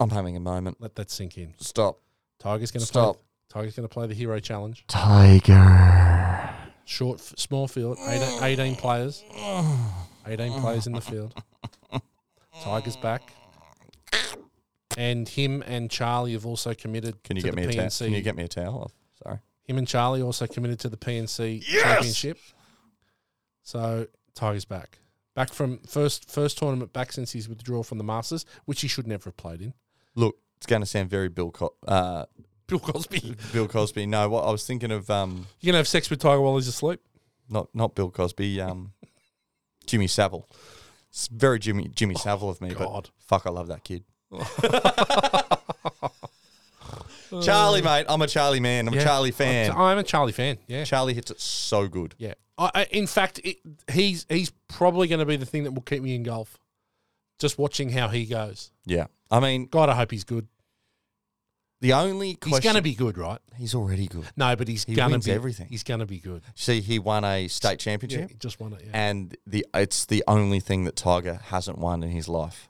[SPEAKER 2] I'm having a moment.
[SPEAKER 1] let that sink in.
[SPEAKER 2] Stop.
[SPEAKER 1] Tiger's going to
[SPEAKER 2] Stop.
[SPEAKER 1] Play, Tiger's going to play the Hero Challenge.
[SPEAKER 2] Tiger.
[SPEAKER 1] Short, f- small field, 18, 18 players, 18 players in the field. Tiger's back. And him and Charlie have also committed
[SPEAKER 2] Can you
[SPEAKER 1] to
[SPEAKER 2] get
[SPEAKER 1] the
[SPEAKER 2] me a towel?
[SPEAKER 1] PNC.
[SPEAKER 2] Can you get me a towel? Oh, Sorry.
[SPEAKER 1] Him and Charlie also committed to the PNC
[SPEAKER 2] Yes!
[SPEAKER 1] Championship. So Tiger's back, back from first first tournament back since his withdrawal from the Masters, which he should never have played in.
[SPEAKER 2] Look, it's going to sound very Bill Co- uh,
[SPEAKER 1] Bill Cosby,
[SPEAKER 2] Bill Cosby. No, what I was thinking of um,
[SPEAKER 1] you gonna have sex with Tiger while he's asleep?
[SPEAKER 2] not not Bill Cosby, um, Jimmy Savile. It's very Jimmy Jimmy Savile of me,
[SPEAKER 1] Oh, God.
[SPEAKER 2] but fuck, I love that kid. Charlie, mate, I'm a Charlie man. I'm a
[SPEAKER 1] Yeah.
[SPEAKER 2] Charlie fan.
[SPEAKER 1] I'm a Charlie fan. Yeah,
[SPEAKER 2] Charlie hits it so good.
[SPEAKER 1] yeah. I, I, in fact, it, he's he's probably going to be the thing that will keep me in golf. Just watching how he goes.
[SPEAKER 2] Yeah, I mean,
[SPEAKER 1] God, I hope he's good.
[SPEAKER 2] the only question
[SPEAKER 1] He's going to be good, right?
[SPEAKER 2] he's already good.
[SPEAKER 1] No, but he's
[SPEAKER 2] He
[SPEAKER 1] going
[SPEAKER 2] wins
[SPEAKER 1] to be
[SPEAKER 2] everything.
[SPEAKER 1] He's going to be good.
[SPEAKER 2] See, he won a state
[SPEAKER 1] Yeah,
[SPEAKER 2] championship.
[SPEAKER 1] he just won it. Yeah.
[SPEAKER 2] And the it's the only thing that Tiger hasn't won in his life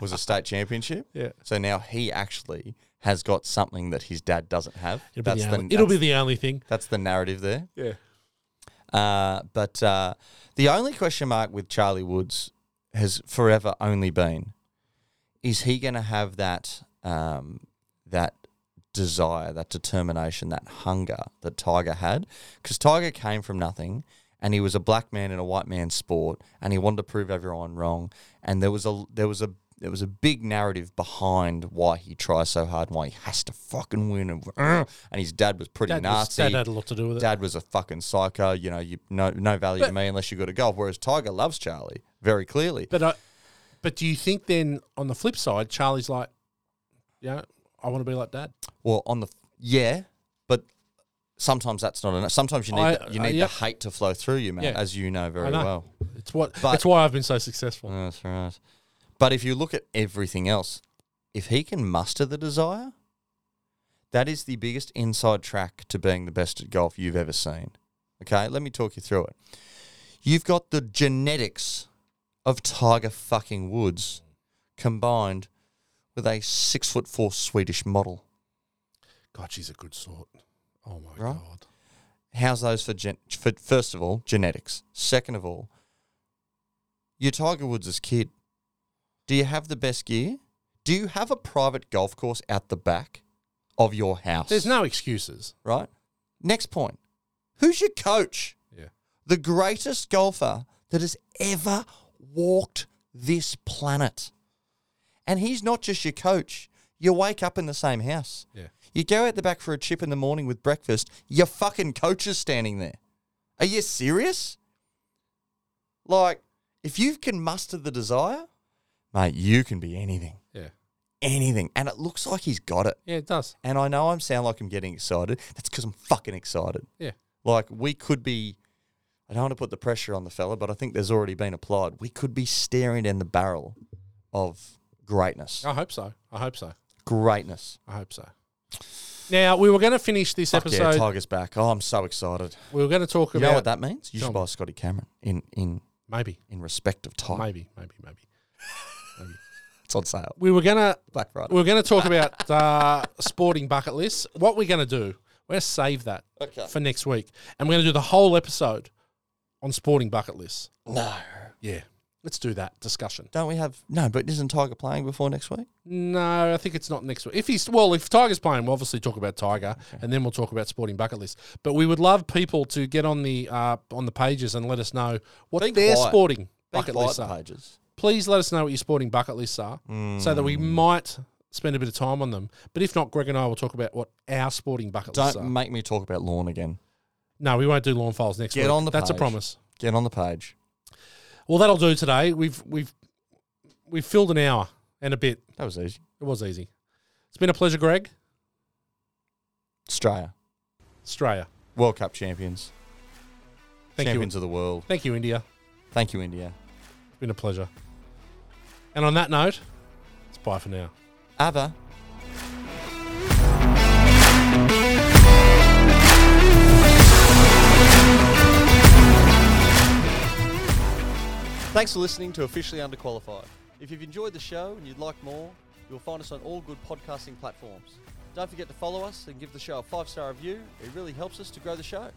[SPEAKER 2] was a state championship.
[SPEAKER 1] Yeah.
[SPEAKER 2] So now he actually has got something that his dad doesn't have.
[SPEAKER 1] It'll, be the, only,
[SPEAKER 2] that's,
[SPEAKER 1] it'll be the only thing.
[SPEAKER 2] that's the narrative there.
[SPEAKER 1] Yeah.
[SPEAKER 2] Uh, but uh, the only question mark with Charlie Woods has forever only been: Is he going to have that um, that desire, that determination, that hunger that Tiger had? Because Tiger came from nothing, and he was a black man in a white man's sport, and he wanted to prove everyone wrong. And there was a there was a there was a big narrative behind why he tries so hard and why he has to fucking win. And, uh, and his dad was pretty
[SPEAKER 1] Dad, was,
[SPEAKER 2] nasty
[SPEAKER 1] Dad had a lot to do with it.
[SPEAKER 2] dad was a fucking psycho. You know, you no no value to me unless you got a golf. Whereas Tiger loves Charlie very clearly.
[SPEAKER 1] But I, but do you think then on the flip side, Charlie's like, yeah, I want to be like dad.
[SPEAKER 2] Well, on the yeah, but sometimes that's not enough. Sometimes you need
[SPEAKER 1] I-
[SPEAKER 2] the, you
[SPEAKER 1] uh,
[SPEAKER 2] need
[SPEAKER 1] yep.
[SPEAKER 2] the hate to flow through you, man,
[SPEAKER 1] Yeah.
[SPEAKER 2] as you know very
[SPEAKER 1] I know.
[SPEAKER 2] well.
[SPEAKER 1] It's what.
[SPEAKER 2] But- Mm.
[SPEAKER 1] that's why I've been so successful.
[SPEAKER 2] That's right. But if you look at everything else, if he can muster the desire, that is the biggest inside track to being the best at golf you've ever seen. Okay, let me talk you through it. You've got the genetics of Tiger fucking Woods combined with a six foot four Swedish model.
[SPEAKER 1] God, she's a good sort. Oh my
[SPEAKER 2] Right.
[SPEAKER 1] god.
[SPEAKER 2] How's those for, gen- for first of all genetics? Second of all, you're Tiger Woods' kid. Do you have the best gear? Do you have a private golf course out the back of your house?
[SPEAKER 1] There's no excuses.
[SPEAKER 2] right. Next point. Who's your coach?
[SPEAKER 1] Yeah.
[SPEAKER 2] The greatest golfer that has ever walked this planet. And he's not just your coach. You wake up in the same house.
[SPEAKER 1] Yeah.
[SPEAKER 2] You go out the back for a chip in the morning with breakfast. Your fucking coach is standing there. Are you serious? Like, if you can muster the desire, mate, you can be anything,
[SPEAKER 1] Yeah.
[SPEAKER 2] anything. And it looks like he's got it.
[SPEAKER 1] Yeah, it does.
[SPEAKER 2] And I know I'm sound like I'm getting excited. That's because I'm fucking excited.
[SPEAKER 1] Yeah.
[SPEAKER 2] Like we could be. I don't want to put the pressure on the fella, but I think there's already been applied. We could be staring down the barrel of greatness.
[SPEAKER 1] I hope so. I hope so.
[SPEAKER 2] Greatness.
[SPEAKER 1] I hope so. Now we were going to finish this
[SPEAKER 2] Fuck yeah,
[SPEAKER 1] episode.
[SPEAKER 2] Tiger's back. Oh, I'm so excited.
[SPEAKER 1] we were going to talk
[SPEAKER 2] You
[SPEAKER 1] about
[SPEAKER 2] know what that means? You
[SPEAKER 1] Tell
[SPEAKER 2] should
[SPEAKER 1] me.
[SPEAKER 2] buy Scotty Cameron in in
[SPEAKER 1] maybe,
[SPEAKER 2] in respect of Tiger.
[SPEAKER 1] maybe, maybe, maybe.
[SPEAKER 2] It's on sale.
[SPEAKER 1] We were going to
[SPEAKER 2] Black Friday.
[SPEAKER 1] We're going to talk about uh, sporting bucket lists. What we're going to do, We're going to save that
[SPEAKER 2] Okay.
[SPEAKER 1] for next week. And we're going to do the whole episode on sporting bucket lists.
[SPEAKER 2] No.
[SPEAKER 1] Yeah. Let's do that discussion.
[SPEAKER 2] Don't we have no? But isn't Tiger playing before next week?
[SPEAKER 1] No, I think it's not next week. If he's well, if Tiger's playing, we'll obviously talk about Tiger, and then we'll talk about sporting bucket list. But we would love people to get on the uh, on the pages and let us know what
[SPEAKER 2] Be
[SPEAKER 1] their
[SPEAKER 2] quiet.
[SPEAKER 1] sporting
[SPEAKER 2] Big
[SPEAKER 1] bucket lists
[SPEAKER 2] light
[SPEAKER 1] are.
[SPEAKER 2] pages.
[SPEAKER 1] Please let us know what your sporting bucket lists are, so that we
[SPEAKER 2] Mm.
[SPEAKER 1] might spend a bit of time on them. But if not, Greg and I will talk about what our sporting bucket lists
[SPEAKER 2] Don't
[SPEAKER 1] are.
[SPEAKER 2] make me talk about lawn again.
[SPEAKER 1] No, we won't do lawn files next
[SPEAKER 2] Get
[SPEAKER 1] week.
[SPEAKER 2] on the
[SPEAKER 1] That's a
[SPEAKER 2] page.
[SPEAKER 1] promise.
[SPEAKER 2] Get on the page.
[SPEAKER 1] Well, that'll do today. We've we've we've filled an hour and a bit.
[SPEAKER 2] That was easy.
[SPEAKER 1] It was easy. It's been a pleasure, Greg.
[SPEAKER 2] Australia,
[SPEAKER 1] Australia.
[SPEAKER 2] World Cup champions,
[SPEAKER 1] Thank you.
[SPEAKER 2] champions of the world.
[SPEAKER 1] Thank you, India.
[SPEAKER 2] Thank you, India.
[SPEAKER 1] It's been a pleasure. And on that note, it's bye for now.
[SPEAKER 2] Ava. Thanks for listening to Officially Underqualified. If you've enjoyed the show and you'd like more, you'll find us on all good podcasting platforms. Don't forget to follow us and give the show a five star review, it really helps us to grow the show.